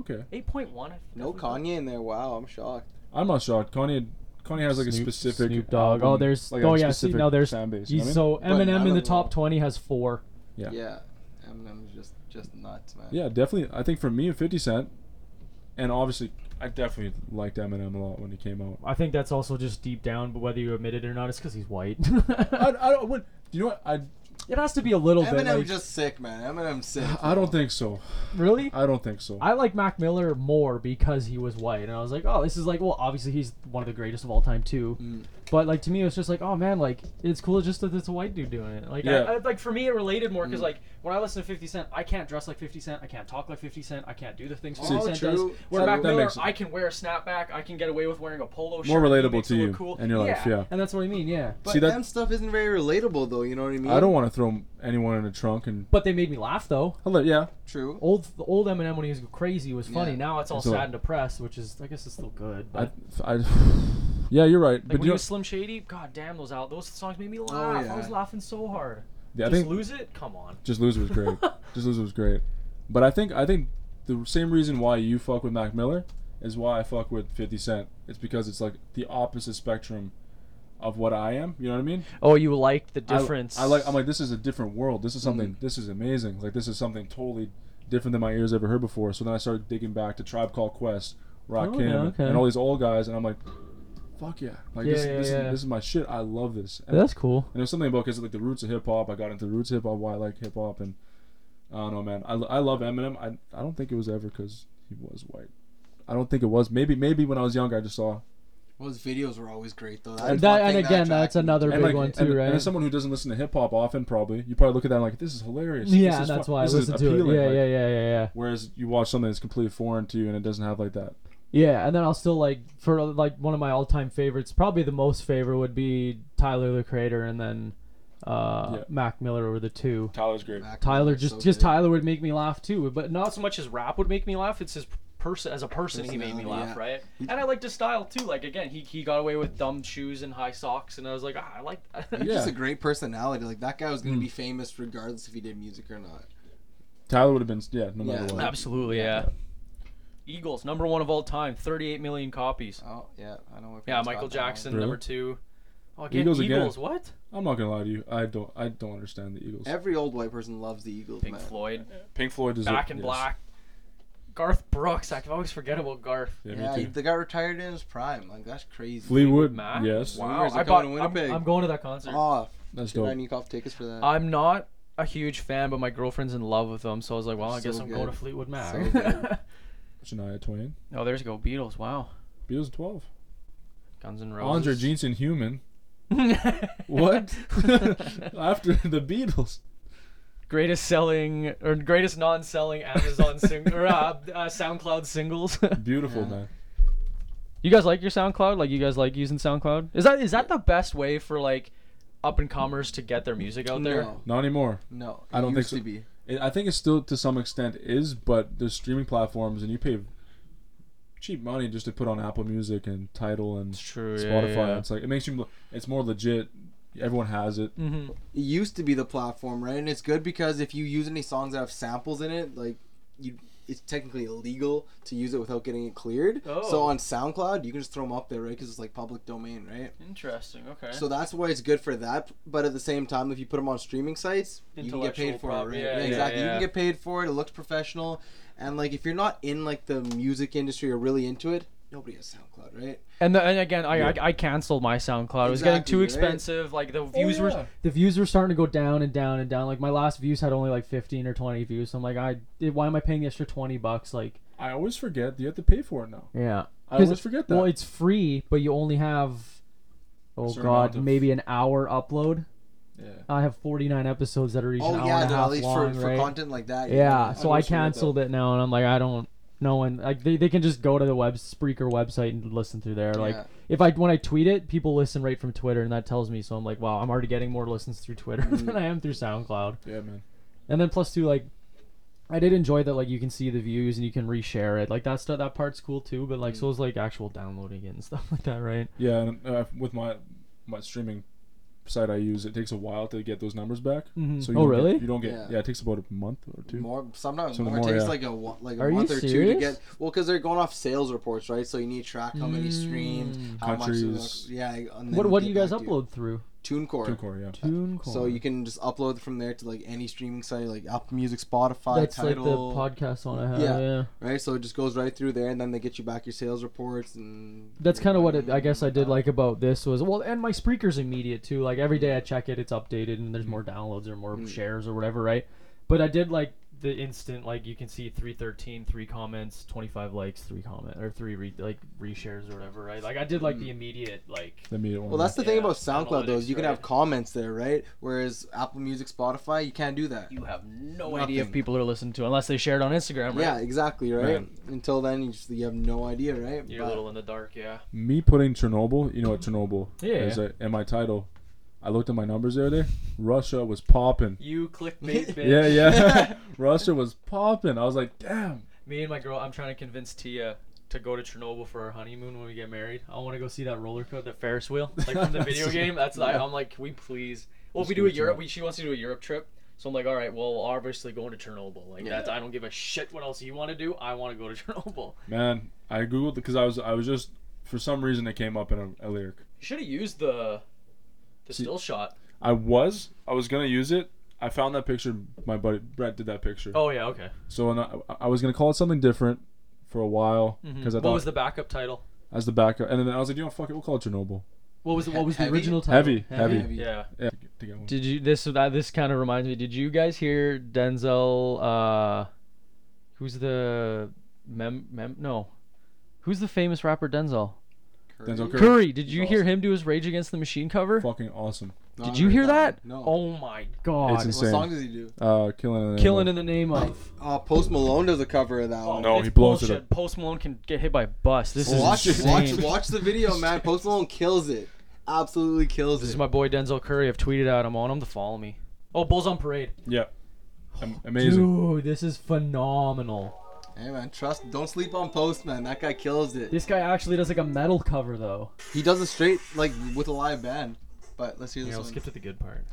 B: Okay.
A: Eight point one.
C: No Kanye in there. Wow, I'm shocked.
B: I'm not shocked. Kanye Kanye has like a
D: Snoop-
B: specific
D: Snoop Dogg.
B: album,
D: Oh, there's-
B: like
D: oh,
B: a
D: yeah, see,
B: specific
D: now there's-
B: fan base. you know
D: He's
B: what
D: so
C: I mean? But
D: eminem
C: none
D: in the
C: of them
D: top
C: are.
D: 20 has four
B: Yeah.
C: Yeah. Eminem's just just nuts, man.
B: I mean? yeah, definitely. I think for me, Fifty Cent, and obviously, I definitely liked Eminem a lot when he came out.
D: i think that's also just deep down but whether you admit it or not it's because he's white [LAUGHS]
B: I, I don't. What, you know what? I
D: it has to be a little bit
C: Eminem's
D: like,
C: just sick, man. Eminem's sick.
B: I don't think so.
D: really
B: I don't think so.
D: I like Mac Miller more because he was white, and I was like, oh, this is like, well, obviously he's one of the greatest of all time too.
C: Mm.
D: But like to me, it was just like, oh man, like it's cool just that it's a white dude doing it. Like, I-
B: Yeah.
D: I, like for me, it related more because
C: Mm.
D: like when I listen to Fifty Cent, I can't dress like Fifty Cent, I can't talk like Fifty Cent, I can't do the things Fifty
C: Oh,
D: Cent
C: true.
D: does. Where
C: true.
D: Mac
B: That
D: Miller,
B: makes-
D: I can wear a snapback, I can get away with wearing a polo shirt.
B: More
D: he
B: relatable
D: makes
B: to
D: it look
B: you
D: cool.
B: and your life, yeah.
D: and that's what I mean, yeah.
C: But
B: See, that-
C: Em's stuff isn't very relatable, though. You know what I mean?
B: I don't want to throw anyone in a trunk and.
D: But they made me laugh though.
B: Hello, yeah.
C: True.
D: Old the old Eminem when he was crazy was funny.
C: Yeah.
D: Now it's all
B: So-
D: sad and depressed, which is I guess it's still good. But
B: I, I, [SIGHS] yeah, you're right.
A: Like
B: But
A: when
B: you
A: he
B: know,
A: was Slim Shady, god damn those out those songs made me laugh.
C: yeah.
A: I was laughing so hard.
B: yeah, I
A: Just
B: think
A: lose it? Come on.
B: Just Loser was great. Just Loser was great. But I think I think the same reason why you fuck with Mac Miller is why I fuck with 50 Cent. It's because it's like the opposite spectrum of what I am. You know what I mean?
A: Oh, you liked the
B: I- I, like. I'm like this is a different world. This is
D: Mm-hmm.
B: something. This is amazing. Like this is something totally different than my ears ever heard before. So then I started digging back to Tribe Called Quest, Rock
D: Oh,
B: Kim,
D: yeah,
B: and-
D: okay.
B: and all these old guys, and I'm like. Fuck yeah! Like
D: Yeah,
B: this,
D: yeah,
B: this,
D: yeah.
B: Is, this is my shit. I love this. And
D: that's cool.
B: and there's something about because like the roots of hip hop. I got into the roots of hip hop. Why I like hip hop and I don't know, man. I, lo- I love Eminem. I I don't think it was ever because he was white. I don't think it was. Maybe maybe when I was younger, I just saw.
C: Well, his videos were always great, though. That's
D: And,
C: one
D: that,
C: thing
D: and
C: that
D: again,
C: attracted
D: that's
C: me.
D: another
B: and
D: big
B: like,
D: one
B: and,
D: too, right?
B: and as someone who doesn't listen to hip hop often, probably you probably look at that and like this is hilarious.
D: yeah,
B: This is
D: that's
B: fu-
D: why I
B: this is
D: listen to it.
B: appealing,"
D: Yeah,
B: like,
D: yeah, yeah, yeah, yeah.
B: Whereas you watch something that's completely foreign to you and it doesn't have like that.
D: Yeah, and then I'll still like for like one of my all-time favorites, probably the most favorite would be Tyler the Creator, and then uh,
B: Yeah.
D: Mac Miller were the two.
B: Tyler's great.
C: Mac
D: Tyler
C: was
D: just
C: so
D: just
C: good.
D: Tyler would make me laugh too, but
A: not
D: not
A: so much his rap would make me laugh. It's his person as a person he made me
C: Personality,
A: laugh,
C: yeah.
A: right? And I liked his style too. Like again, he, he got away with dumb shoes and high socks, and I was like, ah, I like that.
C: He's just
B: Yeah.
C: a great personality. Like that guy was gonna
D: Mm.
C: be famous regardless if he did music or not.
B: Tyler would have been yeah, no matter
C: Yeah.
B: what.
A: Absolutely, yeah. Eagles number one of all time, 38 million copies.
C: Oh yeah, I know. what
A: Yeah,
C: he's
A: Michael
C: talking about.
A: Jackson
B: Really?
A: number two. Oh, again,
B: Eagles
A: Eagles,
B: again.
A: what?
B: I'm not gonna lie to you. I don't I don't understand the Eagles.
C: Every old white person loves the Eagles,
A: Pink
C: man.
A: Floyd,
B: Pink Floyd is
A: Back in Black, Garth Brooks. I can always forget about Garth.
B: Yeah,
C: yeah,
B: me
C: he-
B: too.
C: the guy retired in his prime. Like that's crazy.
B: Fleetwood,
A: Mac?
B: yes,
C: Wow.
A: Wow,
C: Swingers are
A: I bought,
C: coming to
A: I'm,
C: Winnipeg.
A: I'm going to that concert.
C: Oh,
B: that's
C: dude, I
B: dope.
C: need off tickets for that.
A: I'm not a huge fan, but my girlfriend's in love with them, so I was like, well, I
C: So
A: guess I'm
C: good.
A: going to Fleetwood Mac.
C: So good.
B: Shania Twain,
A: [LAUGHS] oh, there's go Beatles. Wow,
B: Beatles, twelve.
A: Guns N'
B: Andre
A: Roses.
B: Jensen, Human.
A: [LAUGHS] Andre
B: What? [LAUGHS]
A: [LAUGHS]
B: After the Beatles.
A: greatest selling or greatest non-selling [LAUGHS] Amazon sing- or uh, uh, SoundCloud singles. [LAUGHS]
B: Beautiful,
C: Yeah.
B: man.
A: you guys like your SoundCloud? Like you guys like using SoundCloud? Is that is that the best way for like up and comers to get their music out there?
C: no,
B: Not anymore.
C: no.
B: I
C: it
B: don't think
C: used
B: so.
C: to be.
B: It, I think it still, to some extent, is, but there's streaming platforms, and you pay cheap money just to put on Apple Music and Tidal and
A: It's true. yeah,
B: Spotify.
A: yeah, yeah.
B: It's like it makes you. look- It's more legit. Everyone has it.
A: Mhm.
C: It used to be the platform, right? And it's good because if you use any songs that have samples in it, like you, it's technically illegal to use it without getting it cleared. So
A: Oh.
C: on SoundCloud, you can just throw them up there, right? Because it's like public domain, right?
A: Interesting. Okay.
C: So that's why it's good for that. But at the same time, if you put them on streaming sites, you can get paid
A: Intellectual
C: for
A: prop-
C: it, right?
A: yeah, yeah,
C: exactly. You
A: yeah.
C: can get paid for it. It looks professional, and like if you're not in like the music industry or really into it, nobody has SoundCloud, right?
A: And the, and again, I, I I canceled my SoundCloud. it was getting
C: Exactly,
A: too
C: right? Oh,
A: expensive. Like the views
B: yeah.
A: were.
D: the views were starting to go down and down and down. Like my last views had only like 15 or 20 views. So I'm like, I why am I paying the extra 20 bucks? Like,
B: I always forget that you have to pay for it now.
D: yeah.
B: I
D: 'Cause-
B: always forget that.
D: Well, it's free, but you only have oh
B: Certain
D: god,
B: amount of-
D: maybe an hour upload.
B: yeah.
D: I have 49 episodes that are each an
C: Oh
D: hour
C: yeah,
D: and a
C: at
D: half
C: least
D: long,
C: for, for
D: right?
C: content like that.
D: Yeah, so I
B: always forget that.
D: canceled it now, and I'm like, I don't know, and like they, they can just go to the web Spreaker website and listen through there. Like
C: Yeah.
D: if I when I tweet it, people listen right from Twitter, and that tells me. So I'm like, wow, I'm already getting more listens through Twitter [LAUGHS] than I am through SoundCloud.
B: Yeah, man.
D: And then plus two, like, I did enjoy that, like, you can see the views and you can reshare it. Like, that stuff, that part's cool too. But like, so is like actual downloading it and stuff [LAUGHS] like that, right?
B: Yeah, and uh, with my my streaming site I use, it takes a while to get those numbers back.
D: Mhm.
B: So you
D: Oh,
B: don't get-
D: really?
B: you don't get.
C: Yeah.
B: Yeah. it takes about a month or two.
C: More sometimes
B: Some of
C: more,
B: the more,
C: takes
B: yeah.
C: like a wa- like a
D: Are you
C: month or two to
D: serious?
C: get well because they're going off sales reports right so you need to track how many streams how
B: Countries.
C: much yeah and then
D: Mm. What What do you
C: get
D: guys
C: back to
D: upload through?
C: TuneCore
B: TuneCore, yeah.
D: TuneCore.
C: so you can just upload from there to like any streaming site like Apple Music Spotify
D: That's
C: title
D: like the podcast one I have.
C: Yeah.
D: Yeah.
C: right so it just goes right through there and then they get you back your sales reports and
D: That's
C: your
D: kind of what it,
C: money
D: I guess I
C: and
D: did
C: all that.
D: like about this was well, and my Spreaker's immediate too. Like every day I check it, it's updated and there's more downloads or more shares or whatever, right? But I did like the instant like you can see 313 three comments 25 likes three comment or three re- like reshares or whatever right like i did like the immediate like
B: The immediate one.
C: well that's the thing
A: Yeah,
C: about SoundCloud though is you
A: analytics,
C: can
A: right.
C: have comments there right whereas Apple Music Spotify you can't do that
A: You have no
C: Nothing.
A: idea if people are listening to unless they share it on Instagram. Right?
C: yeah exactly right
B: Right.
C: until then you just you have no idea right
A: You're a
C: But-
A: little in the dark, yeah.
B: me putting Chernobyl. You know what Chernobyl
D: Yeah.
B: is, uh, and my title. I looked at my numbers the other day. Russia was popping.
A: You clickbait, bitch.
B: Yeah,
C: [LAUGHS]
B: yeah. [LAUGHS] Russia was popping. I was like, damn.
A: Me and my girl, I'm trying to convince Tia to go to Chernobyl for our honeymoon when we get married. I want to go see that roller coaster, the Ferris wheel, like from
D: [LAUGHS]
A: the video game. That's like, I'm like, can we please? Well, if we
B: do
A: do a
B: it
A: Europe,
B: tomorrow.
A: we, she wants to do a Europe trip. So I'm like, all right, well, obviously going to Chernobyl. Like that's, I don't give a shit what else you want to do. I want to [LAUGHS] go to Chernobyl.
B: Man, I googled because I was I was just for some reason it came up in a, a lyric.
A: You should have used the the
B: See-
A: still shot.
B: I was I was gonna use it. I found that picture. My buddy Brett did that picture.
A: Oh yeah, okay.
B: So and I, I was gonna call it something different for a while because I
A: Mm-hmm. What
B: thought
A: was the backup title?
B: as the backup, and then I was like, you know, fuck it, we'll call it Chernobyl.
D: what was the, what was
C: Heavy?
D: the original title
B: Heavy, heavy.
A: Yeah.
B: Yeah, to- to get one.
A: Did you this that this kind of reminds me? Did you guys hear Denzel? Uh, who's the mem mem? No, who's the famous rapper Denzel
B: Denzel Curry.
A: Curry? Did you
B: He's
A: hear him do his Rage Against the Machine cover?
B: Fucking awesome.
C: No, I
A: Did
C: haven't
A: you
C: heard
A: hear that?
C: one. No.
A: Oh my god!
B: It's
C: what song
B: insane.
C: does he do?
B: Uh, killing in the name
A: Killing
B: of-
A: in the name of.
C: Uh, Post Malone does a cover of that one.
B: no,
A: it's
B: he blows it
A: bullshit.
B: up.
A: Post Malone can get hit by a bus. Oh, This is
C: watch it.
A: insane.
C: Watch, watch the video, man. Post Malone kills it. Absolutely kills
A: This is
C: it.
A: my boy Denzel Curry. I've tweeted at him. I want him to follow me. Oh, Bulls on Parade.
B: Yeah. Am- amazing.
D: dude this is phenomenal
C: Hey, man, trust. Don't sleep on Post, man. That guy kills it.
D: this guy actually does like a metal cover though
C: He does it straight, like, with a live band. But let's hear this
A: Yeah, we'll
C: one.
A: skip to the good part.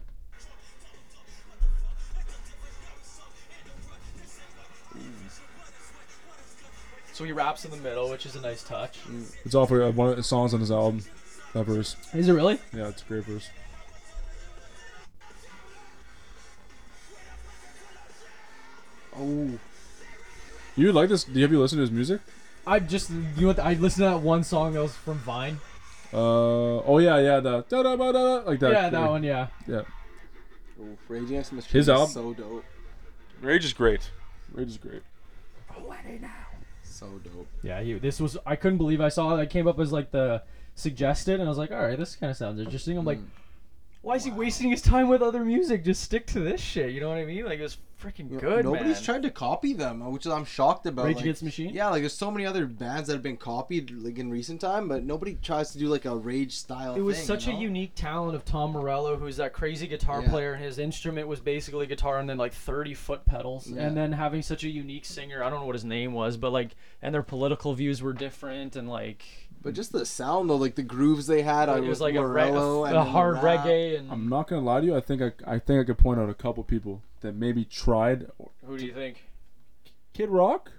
A: So he raps in the middle, which is a nice touch.
B: It's all for uh, one of the songs on his album. That verse.
D: is it really
B: Yeah, it's a great verse.
C: Oh.
B: You would like this? Do you have you listened to his music?
A: I just you know what, I listened to that one song that was from Vine.
B: Uh oh yeah yeah the da da da da like that.
A: yeah, that one. Yeah.
C: Ooh, Rage Against the Machine
B: His
C: is
B: album-
C: so dope.
H: Rage is great.
B: Rage is great.
C: So dope.
A: Yeah. He, this was I couldn't believe I saw it. I came up as like the suggested, and I was like, all right, this kind of sounds interesting. I'm like,
C: Mm.
A: why is he wasting his time with other music? Just stick to this shit. You know what I mean? Like it was freaking
C: You know,
A: good.
C: Nobody's
A: man.
C: tried to copy them, uh, which is- I'm shocked about.
A: Rage
C: like-
A: Against the Machine.
C: Yeah, like there's so many other bands that have been copied like in recent time, but nobody tries to do like a Rage style.
A: It was
C: thing,
A: such
C: you
A: a
C: know?
A: unique talent of Tom Morello, who's that crazy guitar
C: Yeah.
A: player, and his instrument was basically guitar and then like 30 foot pedals.
C: Yeah.
A: And then having such a unique singer, I don't know what his name was, but like, and their political views were different, and like,
C: But just the sound though, like the grooves they had.
A: it
C: on
A: was
C: with
A: like a, re- a,
C: Morello and
A: a
C: then the
A: hard
C: rap.
A: reggae. And
B: I'm not gonna lie to you. I think I, I think I could point out a couple people that maybe tried
A: who do you think?
B: Kid Rock.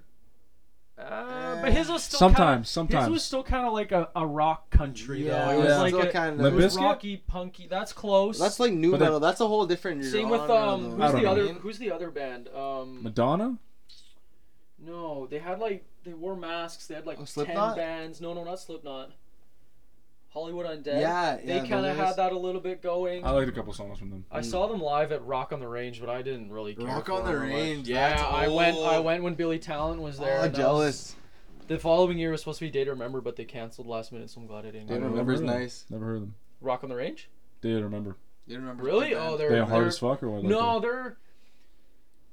C: Eh.
A: Uh, but his was still
B: Sometimes,
A: Kinda, his
B: sometimes.
A: was still kind of like a, a rock country
C: Yeah,
A: though. It was
B: yeah.
A: like
C: still
A: a,
C: kind
B: Limp
A: it was
B: Bizkit?
A: rocky, punky. That's close.
C: That's like new
B: But
C: metal. That's a whole different.
A: same with
C: genre,
A: um.
C: though.
B: I
A: Who's
B: don't
A: the
B: know.
A: other? Who's the other band? Um.
B: Madonna.
A: No, they had like they wore masks. They had like
C: Oh,
A: ten
C: Slipknot?
A: bands. No, no, not Slipknot. Hollywood Undead.
C: Yeah,
A: they
C: yeah, Oh,
A: kind of
C: those.
A: had that a little bit going.
B: I liked a couple songs from them.
C: mm.
A: I saw them live at Rock on the Range, but I didn't really care.
C: Rock
A: for
C: on the
A: them much.
C: Range,
A: Yeah,
C: that's
A: I went. I
C: old.
A: went when Billy Talent was there.
C: Oh,
A: and I
C: jealous.
A: was- the following year was supposed to be Day to Remember, but they canceled last minute, so I'm glad I didn't.
C: Day
A: go.
C: to
B: Never
C: Remember is
B: heard them.
C: nice.
B: Never heard of them.
A: Rock on the Range?
B: They didn't remember.
C: You remember?
A: Really?
C: that
A: Oh,
C: band.
A: they're
B: They hard
A: they're-
B: as fuck or what? Like
A: No, they're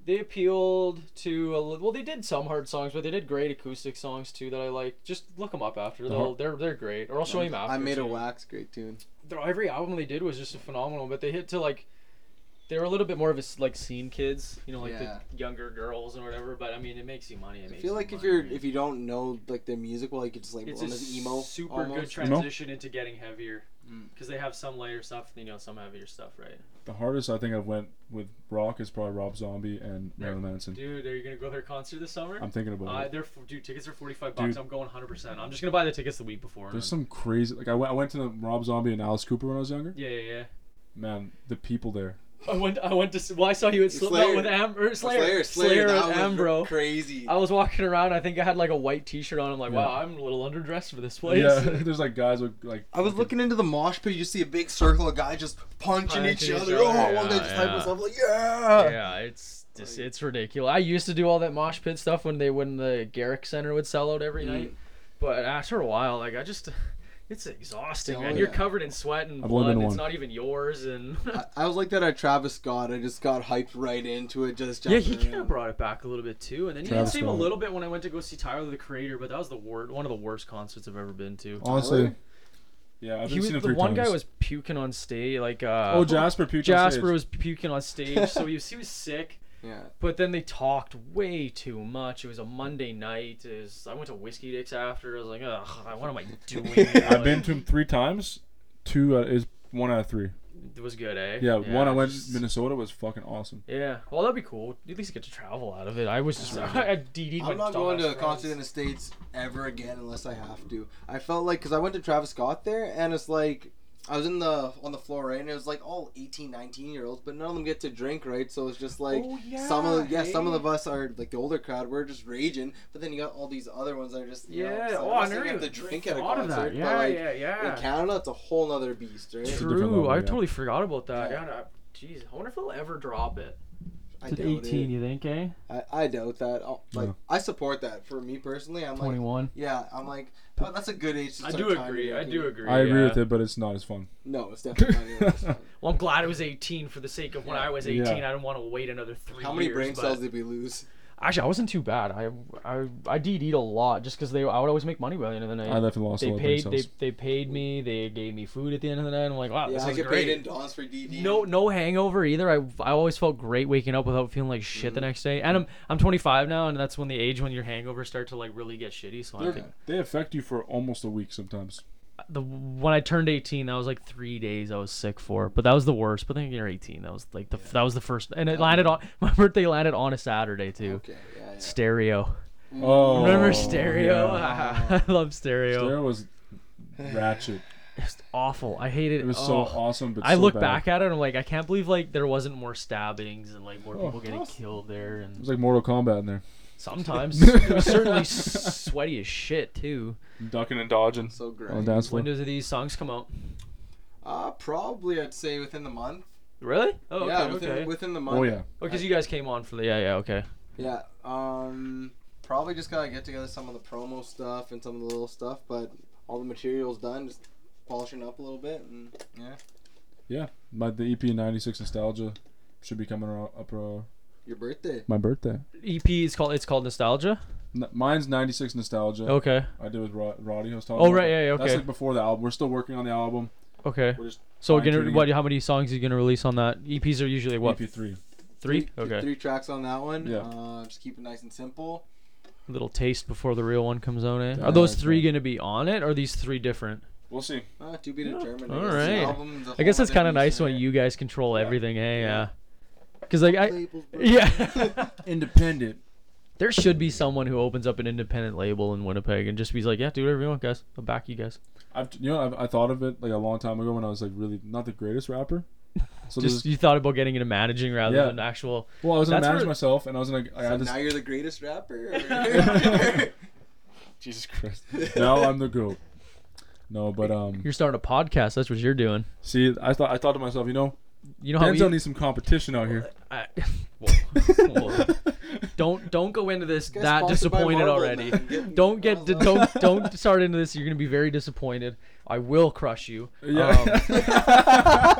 A: they appealed to a li- well. They did some hard songs, but they did great acoustic songs too that I like. Just look them up after.
B: The har-
A: They'll, they're they're great, or I'll show you them after.
C: I made a
A: too.
C: wax great tune.
A: Their, every album they did was just a phenomenal, but they hit to like they were a little bit more of a s- like scene kids, you know, like
C: Yeah.
A: the younger girls and whatever. But I mean, it makes you money. It
C: I
A: makes
C: feel
A: you
C: like if
A: money,
C: you're
A: right?
C: if you don't know like their music well, you could just label
A: it's
C: them
A: a
C: as emo.
A: super good
C: almost. Mm.
B: Emo?
A: transition into getting heavier because they have some lighter stuff, and you know, some heavier stuff, right?
B: The hardest I think I've went with rock is probably Rob Zombie and Marilyn Manson.
A: Dude, are you gonna go to their concert this summer?
B: Mm. I'm thinking about
A: Uh,
B: it.
A: they're f- dude. Tickets are forty five bucks.
B: Dude.
A: I'm going hundred percent. I'm just gonna buy the tickets the week before. and
B: There's
A: then-
B: some crazy. Like I went, I went to the Rob Zombie and Alice Cooper when I was younger.
A: Yeah, yeah, yeah.
B: Man, the people there.
A: I went. I went to. s- Well, I saw you at Slipknot
C: Slayer.
A: with Am or Slayer.
C: Slayer, Slayer, that
A: with
C: was
A: Ambro.
C: crazy.
A: I was walking around. I think I had like a white T-shirt on. I'm like,
B: Yeah.
A: wow, I'm a little underdressed for this place. [LAUGHS]
B: Yeah, [LAUGHS] there's like guys with like.
C: I was looking into the mosh pit. You just see a big circle of guys just punching,
A: Punching
C: each,
A: each
C: other.
A: other,
C: Oh, one guy
A: yeah,
C: just hyped
A: yeah.
C: himself like, yeah.
A: yeah, it's just, it's ridiculous. I used to do all that mosh pit stuff when they when the Garrick Center would sell out
C: Mm.
A: every night, but after a while, like I just. It's exhausting,
C: Oh,
A: man. You're
C: yeah.
A: covered in sweat and
B: I've only
A: blood.
B: been to
A: It's
B: one.
A: not even yours, and
C: I, I was like that at Travis Scott. I just got hyped right into it. Just
A: Yeah,
C: jumping
A: he kind of
C: around.
A: brought it back a little bit too, and then he did
B: Travis
A: save a
B: Scott.
A: little bit when I went to go see Tyler the Creator, but that was the wor- one of the worst concerts I've ever been to.
B: Honestly.
C: Tyler?
B: Yeah, I've
A: he
B: been
A: was
B: seen
A: the
B: him three
A: one
B: times.
A: guy was puking on stage, like uh,
B: Oh, Jasper puked on
A: Jasper
B: stage.
A: was puking on stage, so he was he was sick.
C: Yeah.
A: But then they talked way too much. It was a Monday night. It was, I went to Whiskey Dicks after. I was like, ugh,
B: [LAUGHS]
A: what am I doing? here?"
B: I've
A: Like,
B: been to him three times. Two out is one out of three.
A: It was good, eh?
B: Yeah, one I went
A: just-
B: to Minnesota was fucking awesome.
A: Yeah, well that'd be cool. You at least get to travel out of it. I was just [LAUGHS] I DD'd my
C: I'm
A: dumbass
C: not going to a
A: friends.
C: concert in the states ever again unless I have to. I felt like because I went to Travis Scott there, and it's like I was in the on the floor right, and it was like all 18, 19 year olds, but none of them get to drink right, so it's just like
A: Oh,
C: some of
A: yeah, eh?
C: yeah, some
A: hey.
C: of us are like the older crowd, we're just raging, but then you got all these other ones that are just you
A: Yeah,
C: Know, so
A: oh,
C: I'm not
A: I
C: saying
A: never
C: you have to
A: even
C: drink at a
A: thought
C: concert,
A: of that.
C: but
A: Yeah,
C: like
A: yeah, yeah.
C: in Canada, it's a whole nother beast, right?
B: a different
A: True.
B: level,
A: I
B: yeah.
A: totally forgot about that.
C: Yeah.
A: God, I, jeez, I wonder if they'll ever drop it.
C: I
I: It's
C: doubt
I: at 18,
C: it.
I: you think, eh?
C: I, I doubt that. I'll- like
B: No.
C: I support that. For me personally, I'm like
I: 21.
C: yeah, I'm like oh, that's a good age. To
A: I
C: start
A: do
C: time
A: agree. I
C: drinking.
A: do agree.
B: I agree
A: yeah.
B: with it, but it's not as fun.
C: No, it's definitely
A: [LAUGHS]
C: not. yours.
A: Well, I'm glad it was 18 for the sake of when I was 18.
B: Yeah.
A: I didn't want to wait another three.
C: How many
A: years,
C: brain
A: but-
C: cells did
A: [LAUGHS]
C: we lose?
A: Actually, I wasn't too bad. I I I DD'd a lot just because they I would always make money by the end of the night.
B: I left and lost
A: they
B: all
A: paid
B: the
A: they, they paid me. They gave me food at the end of the night. I'm like, wow,
C: yeah,
A: this
C: I
A: is
C: get
A: great.
C: paid in dons for DD.
A: no no hangover either. I I always felt great waking up without feeling like shit the
B: Mm-hmm.
A: next day. And I'm I'm 25 now, and that's when the age when your hangovers start to like really get shitty. So I think
B: They affect you for almost a week sometimes.
A: the when I turned 18, that was like three days I was sick for, but that was the worst. But then you're 18, that was like the that was the first, and it landed on [LAUGHS] my birthday landed on a Saturday too.
C: Okay, yeah,
B: [LAUGHS]
C: yeah.
A: Stereo,
B: Oh,
A: Mm. remember stereo?
B: yeah.
A: [LAUGHS] I love stereo.
B: Stereo was ratchet.
A: It's awful. I hated it.
B: It was so
A: oh.
B: awesome, but
A: I
B: so
A: look
B: bad.
A: back at it and I'm like, I can't
B: Oh,
A: believe like there wasn't more stabbings and like more people getting
B: awesome.
A: killed there
B: It
A: and
B: was like Mortal Kombat in there.
A: Sometimes it was certainly sweaty as shit too.
F: Ducking and dodging.
C: So
B: on the
C: great.
B: dance floor.
A: When does these songs come out?
C: Uh, probably I'd say within the month.
A: Really? Oh, okay,
C: yeah, within,
A: okay.
C: within the month.
B: Oh yeah,
A: because you guys came on for the yeah, yeah, okay.
C: Yeah. Um, probably just gotta get together some of the promo stuff and some of the little stuff, but all the material's done. Just polishing up a little bit, and yeah,
B: my the E EP '96 nostalgia should be coming ar- up uh,
C: your birthday.
B: my birthday.
A: EP is called E it's called Nostalgia.
B: N- mine's '96 nostalgia.
A: Okay,
B: I did with Rod- Roddy. I was talking.
A: Oh,
B: about
A: right,
B: that.
A: yeah, yeah,
B: That's
A: okay.
B: like before the album. We're still working on the album.
A: okay.
B: We're just
A: So we're gonna
B: fine-tuning
A: what?
B: it.
A: How many songs are you gonna release on that? EPs are usually what?
B: EP E three.
A: Three. Okay.
C: Three tracks on that one.
B: Yeah.
C: Uh, just keep it nice and simple.
A: Little taste before the real one comes out. Eh?
B: Yeah,
A: Are those
B: that's
A: three
B: right.
A: gonna be on it? Or are these three different?
B: We'll
C: [LAUGHS]
B: see.
C: Uh, to be
A: Yeah,
C: determined.
A: all
C: I guess,
A: right.
C: The album's a
A: I guess
C: whole
A: it's kind
C: other
A: of nice
C: beast,
A: when
C: right?
A: you guys control
B: Yeah.
A: everything. eh? yeah.
C: Yeah.
A: Because like I
C: Labels, bro. [LAUGHS]
B: [LAUGHS]
A: yeah.
B: Independent.
A: There should be someone who opens up an independent label in Winnipeg and just be like, yeah, do whatever you want, guys. I'll back you guys.
B: I've you know I've, I thought of it like a long time ago when I was like really not the greatest rapper. So this
A: Just you thought about getting into managing rather
B: Yeah.
A: than actual.
B: well I was gonna
A: that's
B: manage
A: where-
B: myself and I was gonna I
C: So
B: had this
C: Uh, now you're the greatest rapper.
B: [LAUGHS]
C: [LAUGHS] or-
B: Jesus Christ. [LAUGHS] now I'm the goat. No, but um,
A: You're starting a podcast. That's what you're doing.
B: see, I thought I thought to myself, you know,
A: You know how
B: Denzel
A: we,
B: needs some competition out here.
A: I, Whoa. Whoa. [LAUGHS] don't don't go into this
C: Guys
A: that
C: sponsored by
A: disappointed
C: Marvel,
A: already.
C: man. Get-
A: [LAUGHS] Don't get
C: Marvel.
A: don't
C: [LAUGHS]
A: don't start into this. You're gonna be very disappointed. I will crush you. Um,
B: [LAUGHS]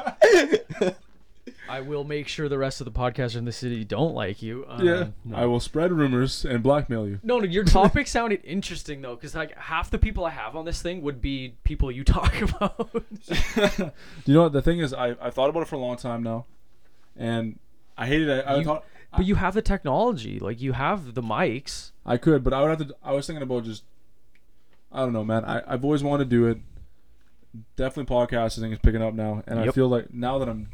B: Yeah.
A: I will make sure the rest of the podcasters in the city don't like you. Um,
B: yeah.
A: [LAUGHS] no.
B: I will spread rumors and blackmail you.
A: No, no, your topic sounded interesting though, because like half the people I have on this thing would be people you [LAUGHS] talk about.
B: [LAUGHS] you know what the thing is? I I thought about it for a long time now, and I hated it. I, I
A: You-
B: thought
A: but you have the technology, like you have the mics.
B: I could, but I would have to. I was thinking about just. I don't know, man. I, I've always wanted to do it. Definitely podcasting is picking up now, and I
A: Yep.
B: feel like now that I'm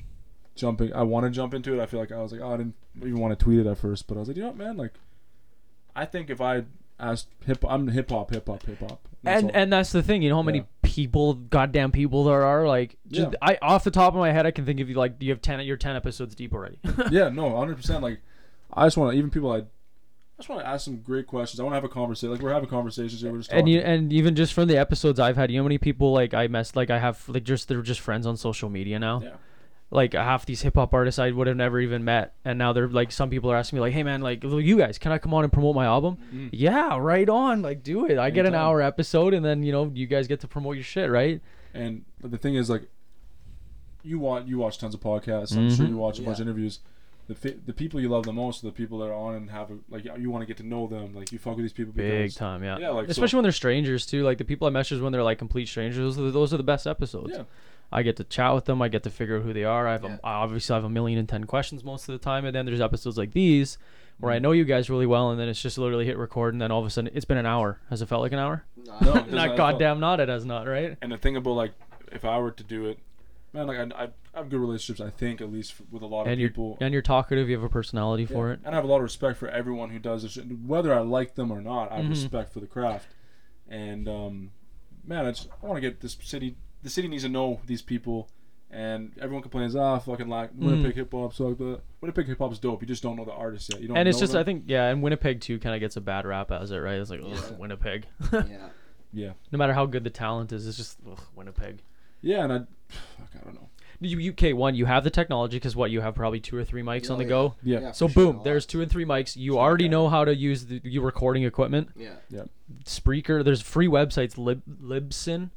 B: jumping, I want to jump into it. I feel like I was like, oh, I didn't even want to tweet it at first, but I was like, you know what, man? Like, I think if I asked hip, I'm hip hop, hip hop, hip hop, That's
A: and
B: all.
A: and that's the thing, you know how many
B: Yeah.
A: people, goddamn people there are. Like, just,
B: Yeah.
A: I off the top of my head, I can think of you like you have ten, you're ten episodes deep already.
B: [LAUGHS] yeah, no, hundred percent. Like, I just want to even people I. I just want to ask some great questions. I want to have a conversation. Like we're having conversations here. We're just talking.
A: [LAUGHS] and you and even just from the episodes I've had, you know how many people like I messed like I have like just they're just friends on social media now.
B: Yeah.
A: Like half these hip hop artists I would have never even met, and now they're like some people are asking me like, "Hey man, like well, you guys, can I come on and promote my album?" Yeah, right on. Like do it. I get an
B: Anytime.
A: hour episode, and then you know you guys get to promote your shit, right?
B: And but the thing is, like, you want you watch tons of podcasts. I'm
A: Mm-hmm.
B: sure you watch a bunch of interviews. The fi- the people you love the most are the people that are on and have a, like you want to get to know them. Like you fuck with these people.
A: Big
B: because-
A: time, yeah.
B: Yeah, like, so-
A: especially when they're strangers too. Like the people I message when they're like complete strangers, those are the, those are the best episodes.
B: Yeah.
A: I get to chat with them. I get to figure out who they are. I have
C: Yeah.
A: a, I obviously have a million and ten questions most of the time, and then there's episodes like these where I
B: Mm.
A: know you guys really well, and then it's just literally hit record, and then all of a sudden it's been an hour. Has it felt like an hour?
B: No, it doesn't- I
A: Not
B: felt-
A: goddamn not. It has not, right?
B: And the thing about like, if I were to do it, man, like I, I, I have good relationships. I think at least with a lot of
A: And you're
B: people.
A: and you're talkative. You have a personality
B: Yeah.
A: for it.
B: And I have a lot of respect for everyone who does this, shit. whether I like them or not. I have
A: Mhm.
B: respect for the craft. And um, man, I just I want to get this city. The city needs to know these people. And everyone complains, ah, fucking lack
A: Mm-hmm.
B: Winnipeg hip hop. So the Winnipeg hip hop is dope. You just don't know the artist yet. You don't.
A: And it's
B: know
A: just
B: them.
A: I think yeah, and Winnipeg too kind of gets a bad rap as it right. It's like ugh,
C: Yeah.
A: Winnipeg.
C: yeah.
A: [LAUGHS] no matter how good the talent is, it's just ugh, Winnipeg.
B: Yeah, and I, [SIGHS] fuck, I don't know.
A: You, UK one, you have the technology because what you have probably two or three mics
C: Oh,
A: on the
C: yeah.
A: go.
B: Yeah.
C: Yeah,
A: So
C: for sure,
A: boom,
C: a lot.
A: there's two and three mics. You already know how to use the your recording equipment.
C: Yeah.
A: Spreaker, there's free websites. Lib, Libsyn,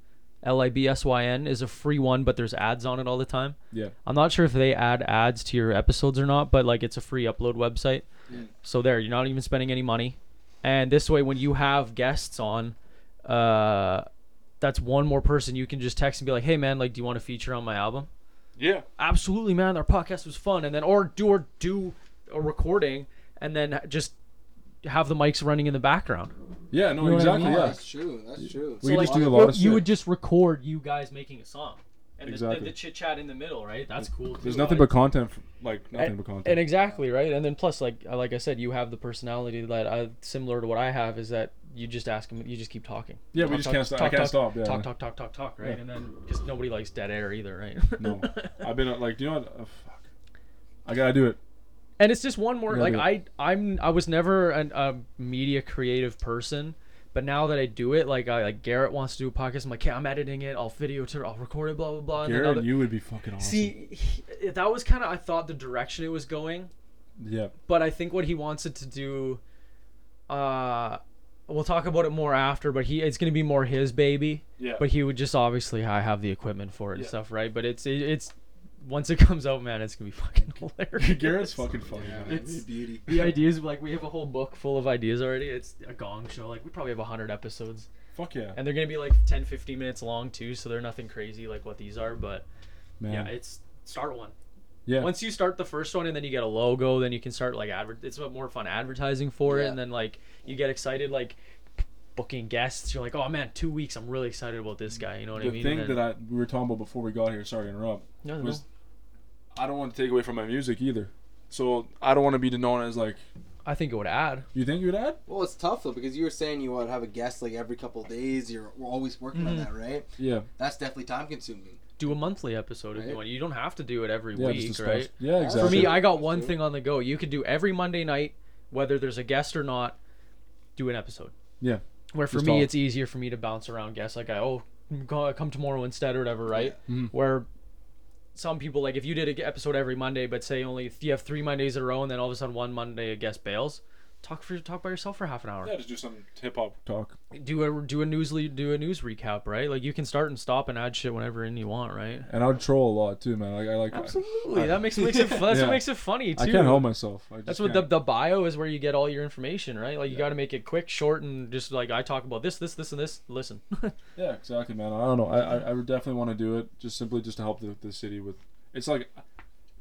A: L I B S Y N is a free one, but there's ads on it all the time.
B: Yeah.
A: I'm not sure if they add ads to your episodes or not, but like it's a free upload website.
C: Yeah.
A: So there, you're not even spending any money. And this way, when you have guests on, uh, that's one more person you can just text and be like, "Hey man, like, do you want to feature on my album?"
F: Yeah.
A: absolutely man our podcast was fun and then or do or do a recording and then just have the mics running in the background
B: Yeah.
D: know
B: No.
D: what I
B: exactly.
D: mean?
B: Yeah.
C: Oh, That's true. That's true.
B: We
A: like,
B: just do a
A: or
B: lot of
A: you
B: shit.
A: would just record you guys making a song and the,
B: Exactly.
A: the, the chit chat in the middle right that's cool
B: There's
A: too,
B: nothing but
A: like-
B: content. f like nothing
A: and,
B: but content.
A: and exactly right and then plus like uh, like i said you have the personality that I, similar to what i have is that you just ask them you just keep talking
B: Yeah, we
A: Talk,
B: just
A: talk,
B: can't stop- I can't
A: talk, talk,
B: stop, yeah.
A: talk talk talk talk talk right
B: Yeah.
A: and then because nobody likes [LAUGHS] dead air either right
B: no, I've been uh, like, you know what? Uh, fuck. I Oh, gotta do it.
A: and it's just one more
B: Yeah,
A: like
B: but-
A: I I'm I was never an, a media creative person, but now that I do it, like I like Garrett wants to do a podcast, I'm like, okay, I'm editing it, I'll video it, I'll record it, blah blah blah. and then
B: Garrett,
A: other-
B: you would be fucking awesome.
A: See, he- that was kind of I thought the direction it was going,
B: yeah,
A: but I think what he wants it to do, uh, we'll talk about it more after. But he it's gonna be more his baby.
B: Yeah.
A: But he would just obviously I have the equipment for it and
B: Yeah.
A: stuff, right? But it's it, it's once it [LAUGHS] comes out, man, it's gonna be fucking [LAUGHS] hilarious.
B: Garrett's fucking funny.
C: Yeah,
B: man.
C: it's beauty.
A: The ideas like we have a whole book full of ideas already. It's a gong show. Like we probably have hundred episodes,
B: Fuck yeah,
A: and they're gonna be like 10, 15 minutes long too. So they're nothing crazy like what these are. But
B: man.
A: yeah, it's start one.
B: yeah.
A: Once you start the first one and then you get a logo, then you can start like adver- it's a more fun advertising for it
C: Yeah.
A: and then like you get excited like booking guests. You're like, "Oh man, 2 weeks. I'm really excited about this guy." You know what
B: the
A: I mean?
B: thing
A: And
B: that
A: then-
B: I we were talking about before we got here, sorry to interrupt,
A: No, no,
B: was I don't want to take away from my music either. So I don't want to be known as like
A: I think it would add.
B: you think you'd add?
C: Well, it's tough though because you were saying you would have a guest like every couple of days. You're we're always working
A: Mm-hmm.
C: on that, right?
B: Yeah.
C: That's definitely time consuming.
A: Do a monthly episode if you
C: Right.
A: want. You don't have to do it every
B: Yeah,
A: week,
B: just a
A: right?
B: special- Yeah,
A: For
B: exactly.
A: me, I got
C: That's
A: one
C: true.
A: thing on the go. You could do every Monday night, whether there's a guest or not, do an episode.
B: Yeah.
A: Where for
B: Just
A: me,
B: all-
A: it's easier for me to bounce around guests. Like, I, oh, go- come tomorrow instead or whatever, right?
B: Mhm.
A: Where some people, like, if you did an episode every Monday, but say only if you have three Mondays in a row and then all of a sudden one Monday a guest bails, talk for talk by yourself for half an hour.
B: yeah, just do some hip hop talk.
A: Do a do a news lead, do a news recap, right? Like you can start and stop and add shit whenever in you want, right?
B: And I'd troll a lot too, man. Like I like
A: Absolutely. That makes
B: [LAUGHS]
A: makes it that's
B: Yeah.
A: what makes it funny too.
B: I can't help myself. I just
A: That's what the,
B: can't.
A: the bio is where you get all your information, right? Like you got to make it quick, short, and just like I talk about this, this, this, and this. Listen, [LAUGHS]
B: Yeah, exactly, man. I don't know. I, I, I would definitely want to do it just simply just to help the, the city with. It's like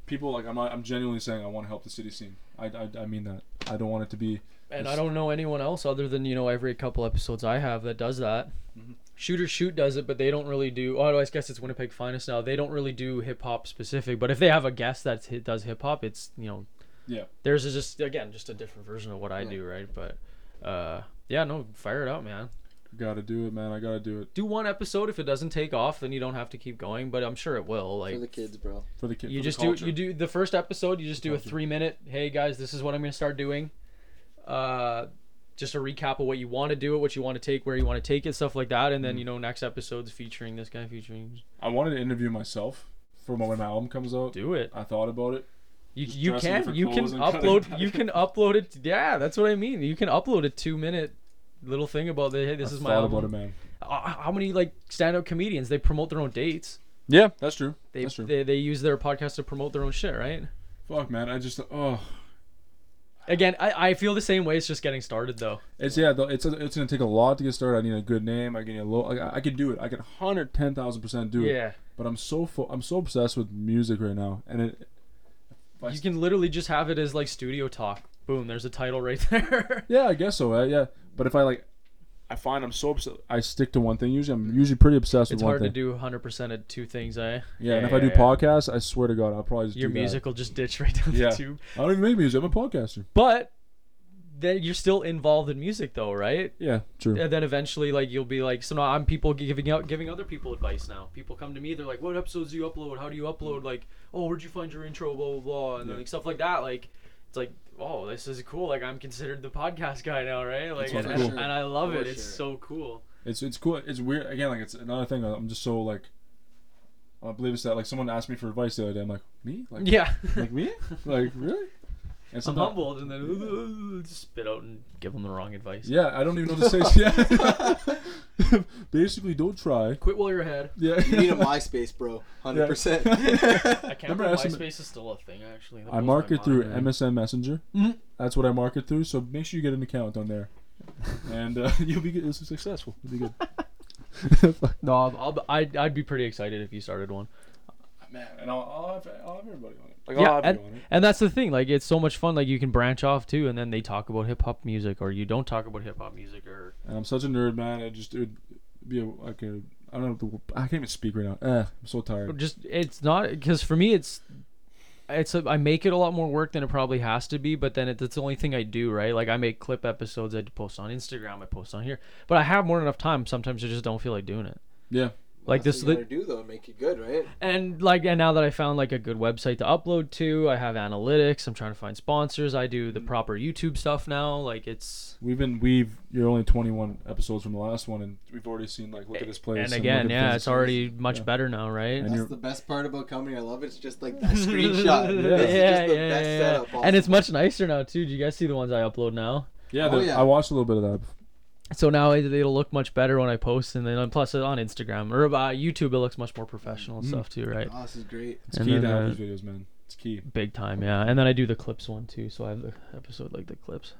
B: people like I'm not, I'm genuinely saying I want to help the city scene. I, I, I mean that. I don't want it to be.
A: and I don't know anyone else other than you know every couple episodes I have that does that. Shooter Shoot does it, but they don't really do. Oh, I guess it's Winnipeg Finest now. They don't really do hip hop specific, but if they have a guest that does hip hop, it's you know,
B: Yeah.
A: Theirs is just again just a different version of what I
C: Yeah.
A: do, right? But uh, yeah, no, fire it up, man.
B: Got to do it, man. I got to do it
A: Do one episode. If it doesn't take off, then you don't have to keep going. But I'm sure it will. Like
C: For the kids,
A: [LAUGHS]
C: bro.
B: for the kids.
A: you just do you do the first episode you just do a three minute hey guys this is what i'm gonna start doing uh just a recap of what you want to do it what you want to take where you want to take it stuff like that
B: Mm-hmm.
A: and then you know next episode's featuring this guy featuring
B: I wanted to interview myself for my, when my album comes out.
A: do it
B: I thought about it.
A: you,
B: Just
A: you
B: dressing for
A: can you can
B: clothes and cutting [LAUGHS]
A: upload
B: back.
A: you can upload it yeah that's what i mean you can upload a two minute little thing about the hey this
B: I
A: is
B: thought
A: my album
B: about it, man.
A: Uh, how many like stand-up comedians they promote their own dates
B: Yeah, that's true.
A: they,
B: that's true.
A: they they use their podcast to promote their own shit right
B: Fuck, man. I just oh,
A: again i, I feel the same way it's just getting started though
B: it's yeah. though, It's it's gonna take a lot to get started. I need a good name. I need a low. I, I could do it. I could hundred ten thousand percent do it. But I'm so fo- I'm so obsessed with music right now, and it. if I
A: You
B: s-
A: can literally just have it as like studio talk. Boom, there's a title right [LAUGHS] there.
B: Yeah, I guess so. Uh, yeah, but if I like, I find I'm so obsessed. I stick to one thing usually. I'm usually pretty obsessed with
A: it's
B: one
A: hard to
B: thing.
A: do 100% of two things, eh?
B: yeah, and if I do
A: yeah.
B: podcasts, I swear to God, I'll probably just
A: Your
B: do that.
A: music will just ditch right down
B: Yeah.
A: the tube.
B: I don't even make music. I'm a podcaster.
A: But then you're still involved in music though, right?
B: Yeah, true.
A: And then eventually, like you'll be like, so now I'm people giving out, giving other people advice now. People come to me, they're like, "What episodes do you upload? How do you upload? Like, oh, where'd you find your intro? Blah blah blah," and then
B: Yeah.
A: like, stuff like that. Like, it's like, oh, this is cool. Like, I'm considered the podcast guy now, right? Like,
B: That's
A: and,
B: cool.
A: and, and I love
C: For
A: it. It's
C: sure.
A: so cool.
B: It's it's cool. It's weird. Again, like it's another thing. I'm just so like. I don't believe it's that like someone asked me for advice the other day. I'm like, me? Like,
A: Yeah. [LAUGHS]
B: like me? Like really? And
A: I'm
B: sometimes-
A: humbled and then [LAUGHS] just spit out and give them the wrong advice.
B: Yeah, I don't even know what to say. [LAUGHS] yeah. Basically, don't try.
A: Quit while you're ahead.
B: Yeah.
C: You need a MySpace, bro. Hundred
A: [LAUGHS]
C: percent.
A: I can't
B: Remember
A: believe
B: I asked him-
A: MySpace is still a thing, actually. That
B: [LAUGHS] I
A: blows
B: mark
A: my
B: it through
A: mind.
B: MSN Messenger.
A: Mhm.
B: That's what I mark it through. So make sure you get an account on there, and uh, [LAUGHS] you'll be good. This is successful. You'll be good. Fuck.
A: No, I'll, I'll, be- I'd, I'd be pretty excited if you started one.
B: Man, and I'll, I'll, have, I'll have everybody on it. Like,
A: Yeah,
B: I'll have
A: and,
B: you on it.
A: and that's the thing. Like, it's so much fun. Like, you can branch off too, and then they talk about hip hop music, or you don't talk about hip hop music, or
B: And I'm such a nerd, man. I just it would be a, like a I don't know. The, I can't even speak right now. Eh, I'm so tired.
A: just it's not because for me it's it's a, I make it a lot more work than it probably has to be, but then it, that's the only thing I do, right? Like I make clip episodes, I post on Instagram, I post on here, but I have more than enough time. Sometimes I just don't feel like doing it.
B: Yeah,
A: Like
C: That's
A: this,
C: what you
A: the,
C: gotta do though, make it good, right?
A: and like and now that i found like a good website to upload to i have analytics i'm trying to find sponsors i do the
B: Mm-hmm.
A: proper youtube stuff now like it's
B: We've been we've you're only 21 episodes from the last one, and we've already seen like look at this place.
A: and
B: look
A: again
B: at the
A: yeah
B: place.
A: it's already much
B: Yeah.
A: better now right
B: And
C: That's
B: you're-
C: the best part about comedy. I love it. It's just
A: [LAUGHS]
C: like that [LAUGHS] screenshot.
B: [LAUGHS] Yeah.
C: This is
A: yeah,
C: just the
A: yeah,
C: best
A: yeah.
C: setup.
A: and it's
C: possible.
A: much nicer now too. Do you guys see the ones I upload now?
B: Yeah,
C: Oh,
B: the-
C: yeah.
B: I watched a little bit of that.
A: So now it, it'll look much better when I post, and then and plus on Instagram or uh, YouTube, it looks much more professional and
B: Mhm.
A: stuff too, right?
C: Oh, this is great.
B: It's
A: And
B: key
A: then,
B: to have
A: uh,
B: these videos, man. It's key.
A: Big time, yeah. And then I do the clips one too, so I have the episode like the clips.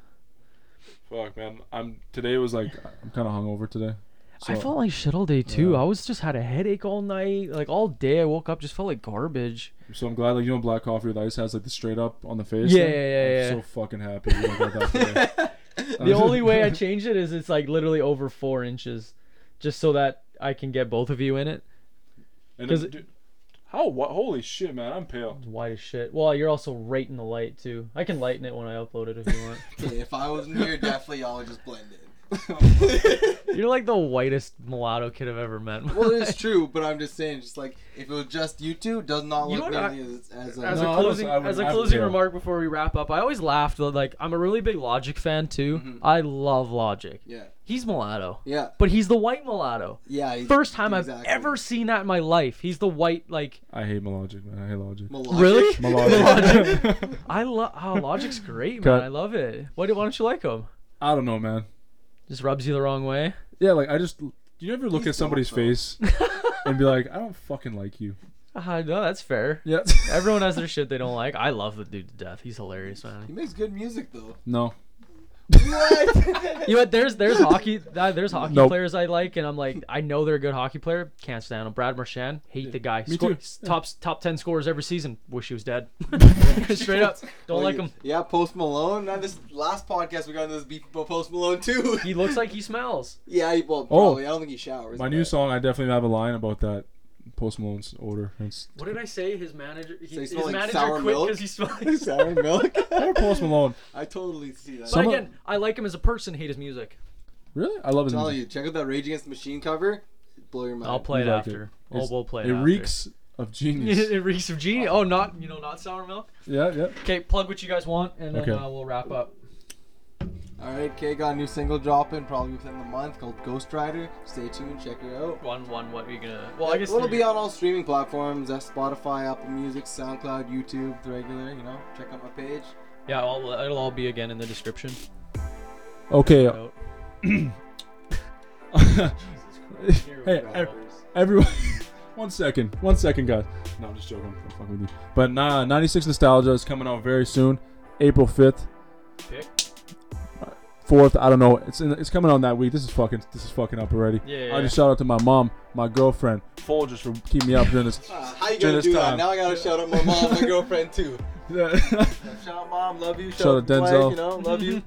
B: Fuck, man. I'm today was like I'm kind of hungover today.
A: I
B: So-
A: felt like shit all day too.
B: Yeah.
A: I was just had a headache all night, like all day. I woke up just felt
B: [LAUGHS]
A: like garbage.
B: So I'm glad, like, you know, black coffee with ice has like the straight up on the face.
A: Yeah,
B: thing?
A: yeah, yeah,
B: I'm so
A: yeah.
B: fucking happy. We don't
A: [LAUGHS]
B: got that today.
A: The
B: [LAUGHS]
A: only way I changed it is it's like literally over four inches, just so that I can get both of you in it.
B: And
A: 'cause
B: it- dude, how? What? Holy shit, man! I'm pale.
A: It's white as shit. Well, you're also right in the light too. I can lighten it when I upload it if you
B: [LAUGHS]
A: want.
C: Okay, if I wasn't here, definitely y'all would just blend
B: [LAUGHS]
C: in.
A: you're like the whitest mulatto kid I've ever met.
C: well, it's true, but I'm just saying, just like if it was just you two, does not
A: You
C: look
A: know what,
C: nearly as as, uh,
A: as
B: No, I
C: a,
B: don't-
A: a closing
B: I would-
A: as a
B: I would
A: closing
B: too.
A: remark before we wrap up, I always laugh though. Like I'm a really big Logic fan too.
C: Mhm.
A: I love Logic.
C: yeah,
A: He's mulatto,
C: yeah,
A: but he's the white mulatto.
C: yeah. he-
A: First time I've
C: exactly.
A: ever seen that in my life. He's the white like
B: [LAUGHS] I hate Melogic, man. I hate Logic. [LAUGHS]
C: Melodic.
A: Really?
B: Melogic.
A: I love. Oh,
C: [LAUGHS]
A: Logic's great, man.
B: Cut.
A: I love it. Why, do- why don't you like him?
B: I don't know, man.
A: Just rubs you the wrong
C: [LAUGHS]
A: way. [LAUGHS]
B: Yeah, like I just. You ever look
C: He's
B: at somebody's
C: dope, though.
B: face and be like, I don't fucking like you.
A: Ah, no, that's fair.
B: Yeah.
A: Everyone has their shit they don't like. I love the dude to death. He's hilarious,
C: [LAUGHS] He
A: man.
C: makes good music
B: [LAUGHS]
C: though.
B: No.
C: what?
A: [LAUGHS] You know, what, there's [LAUGHS] there's hockey uh, there's hockey
B: Nope.
A: players I like, and I'm like I know they're a good hockey player. Can't stand him. Brad Marchand, hate the guy.
B: me
A: Score,
B: too.
A: Top top ten scorers every season. Wish he was [LAUGHS] dead. Straight [LAUGHS] up, don't
C: Well,
A: like
C: you-
A: him.
C: Yeah, Post Malone. Now this last podcast we got into this beef about Post Malone too.
A: He looks
C: [LAUGHS]
A: like he smells.
C: yeah, he, well, probably. I don't think he showers.
B: Oh. My
C: but-
B: new song, I definitely have a line about that. Post Malone's odor. It's
A: What did I say? His manager. He,
C: So he
A: his
C: smelled like
A: manager
C: sour
A: quit
C: milk?
A: because he
C: [LAUGHS]
A: smelled.
C: Sour milk. [LAUGHS]
B: Poor Post Malone.
C: I totally see that.
A: But
B: Some of-
A: again, I like him as a person. Hate his music.
B: Really? I love his
C: I'm telling
B: music.
C: you, check out that Rage Against the Machine cover. Blow your mind.
A: I'll play it
B: You like
A: after.
B: it.
A: I'll
B: It's-
A: we'll play it.
B: It
A: after.
B: reeks of
A: [LAUGHS]
B: genius.
A: it reeks of genie. Oh, not you know, not sour milk.
B: yeah, yeah.
A: Okay, plug what you guys want, and then
B: Okay.
A: uh, we'll wrap up.
C: All right, K got a new single dropping probably within the month called Ghost Rider. Stay tuned, check it out.
A: One, one. What are you gonna? Well, I guess
C: it'll
A: they're-
C: be on all streaming platforms: uh, Spotify, Apple Music, SoundCloud, YouTube, the regular. You know, check out my page.
A: Yeah, I'll, it'll all be again in the description.
B: Okay. [LAUGHS]
A: Note.
B: hey, ev- everyone. [LAUGHS] one second. One second, guys. No, I'm just joking. I'm fucking with you. But nah, 96 Nostalgia is coming out very soon. April 5th.
A: Pick.
B: 4th, I don't know. It's in, it's coming out that week. This is fucking this is fucking up already.
A: Yeah, yeah,
B: I just shout out to my mom, my girlfriend, Folgers for keeping me up during
C: [LAUGHS]
B: this.
C: Ah, how you
B: During
C: gonna
B: this
C: do
B: time.
C: that? Now I gotta shout out my mom, [LAUGHS] my girlfriend too.
B: Yeah.
C: Shout out mom, love you. Shout,
B: Shout
C: out
B: out
C: Denzel.
B: Denzel.
C: you know, love you.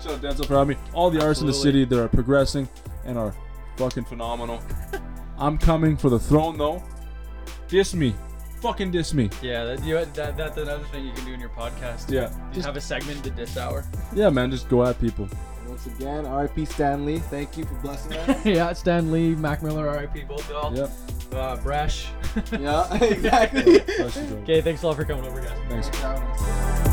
B: Shout out Denzel for having me. All the artists in the
A: Absolutely.
B: city that are progressing and are fucking
C: [LAUGHS]
B: phenomenal. I'm coming for the throne though. Diss me. Fucking diss me.
A: [LAUGHS] yeah, that, you, that, that's another thing you can do in your podcast.
B: Yeah.
A: You
B: Just-
A: have a segment, the diss hour.
B: yeah, man, just go at people.
C: Once again, R.I.P. Stanley. Thank you for blessing [LAUGHS]
A: [LAUGHS]
C: us.
A: yeah, Stan Lee, Mac Miller, RIP, both y'all.
B: Yeah.
A: Uh, Brash. [LAUGHS]
C: yeah, [LAUGHS] exactly.
B: that's the joke.
A: Okay, thanks a lot for coming over, guys.
B: Thanks.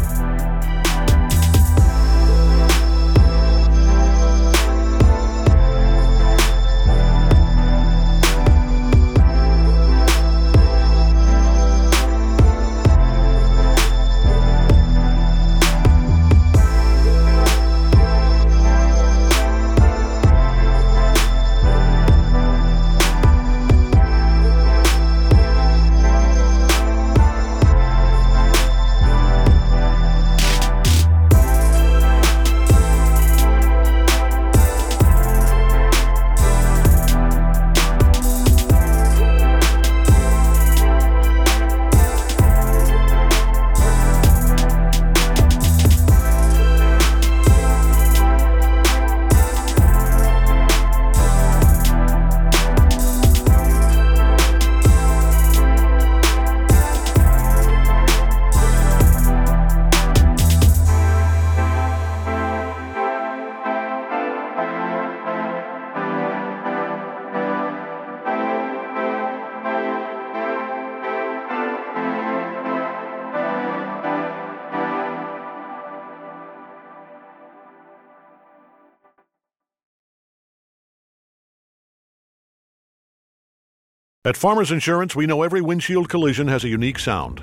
J: At Farmers Insurance, we know every windshield collision has a unique sound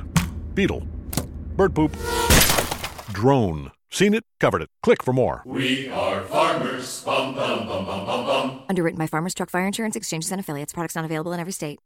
J: beetle, bird poop, drone. Seen it, covered it. Click for more.
K: We are farmers. Bum, bum, bum, bum, bum, bum.
L: Underwritten by Farmers Truck Fire Insurance Exchanges and Affiliates. Products not available in every state.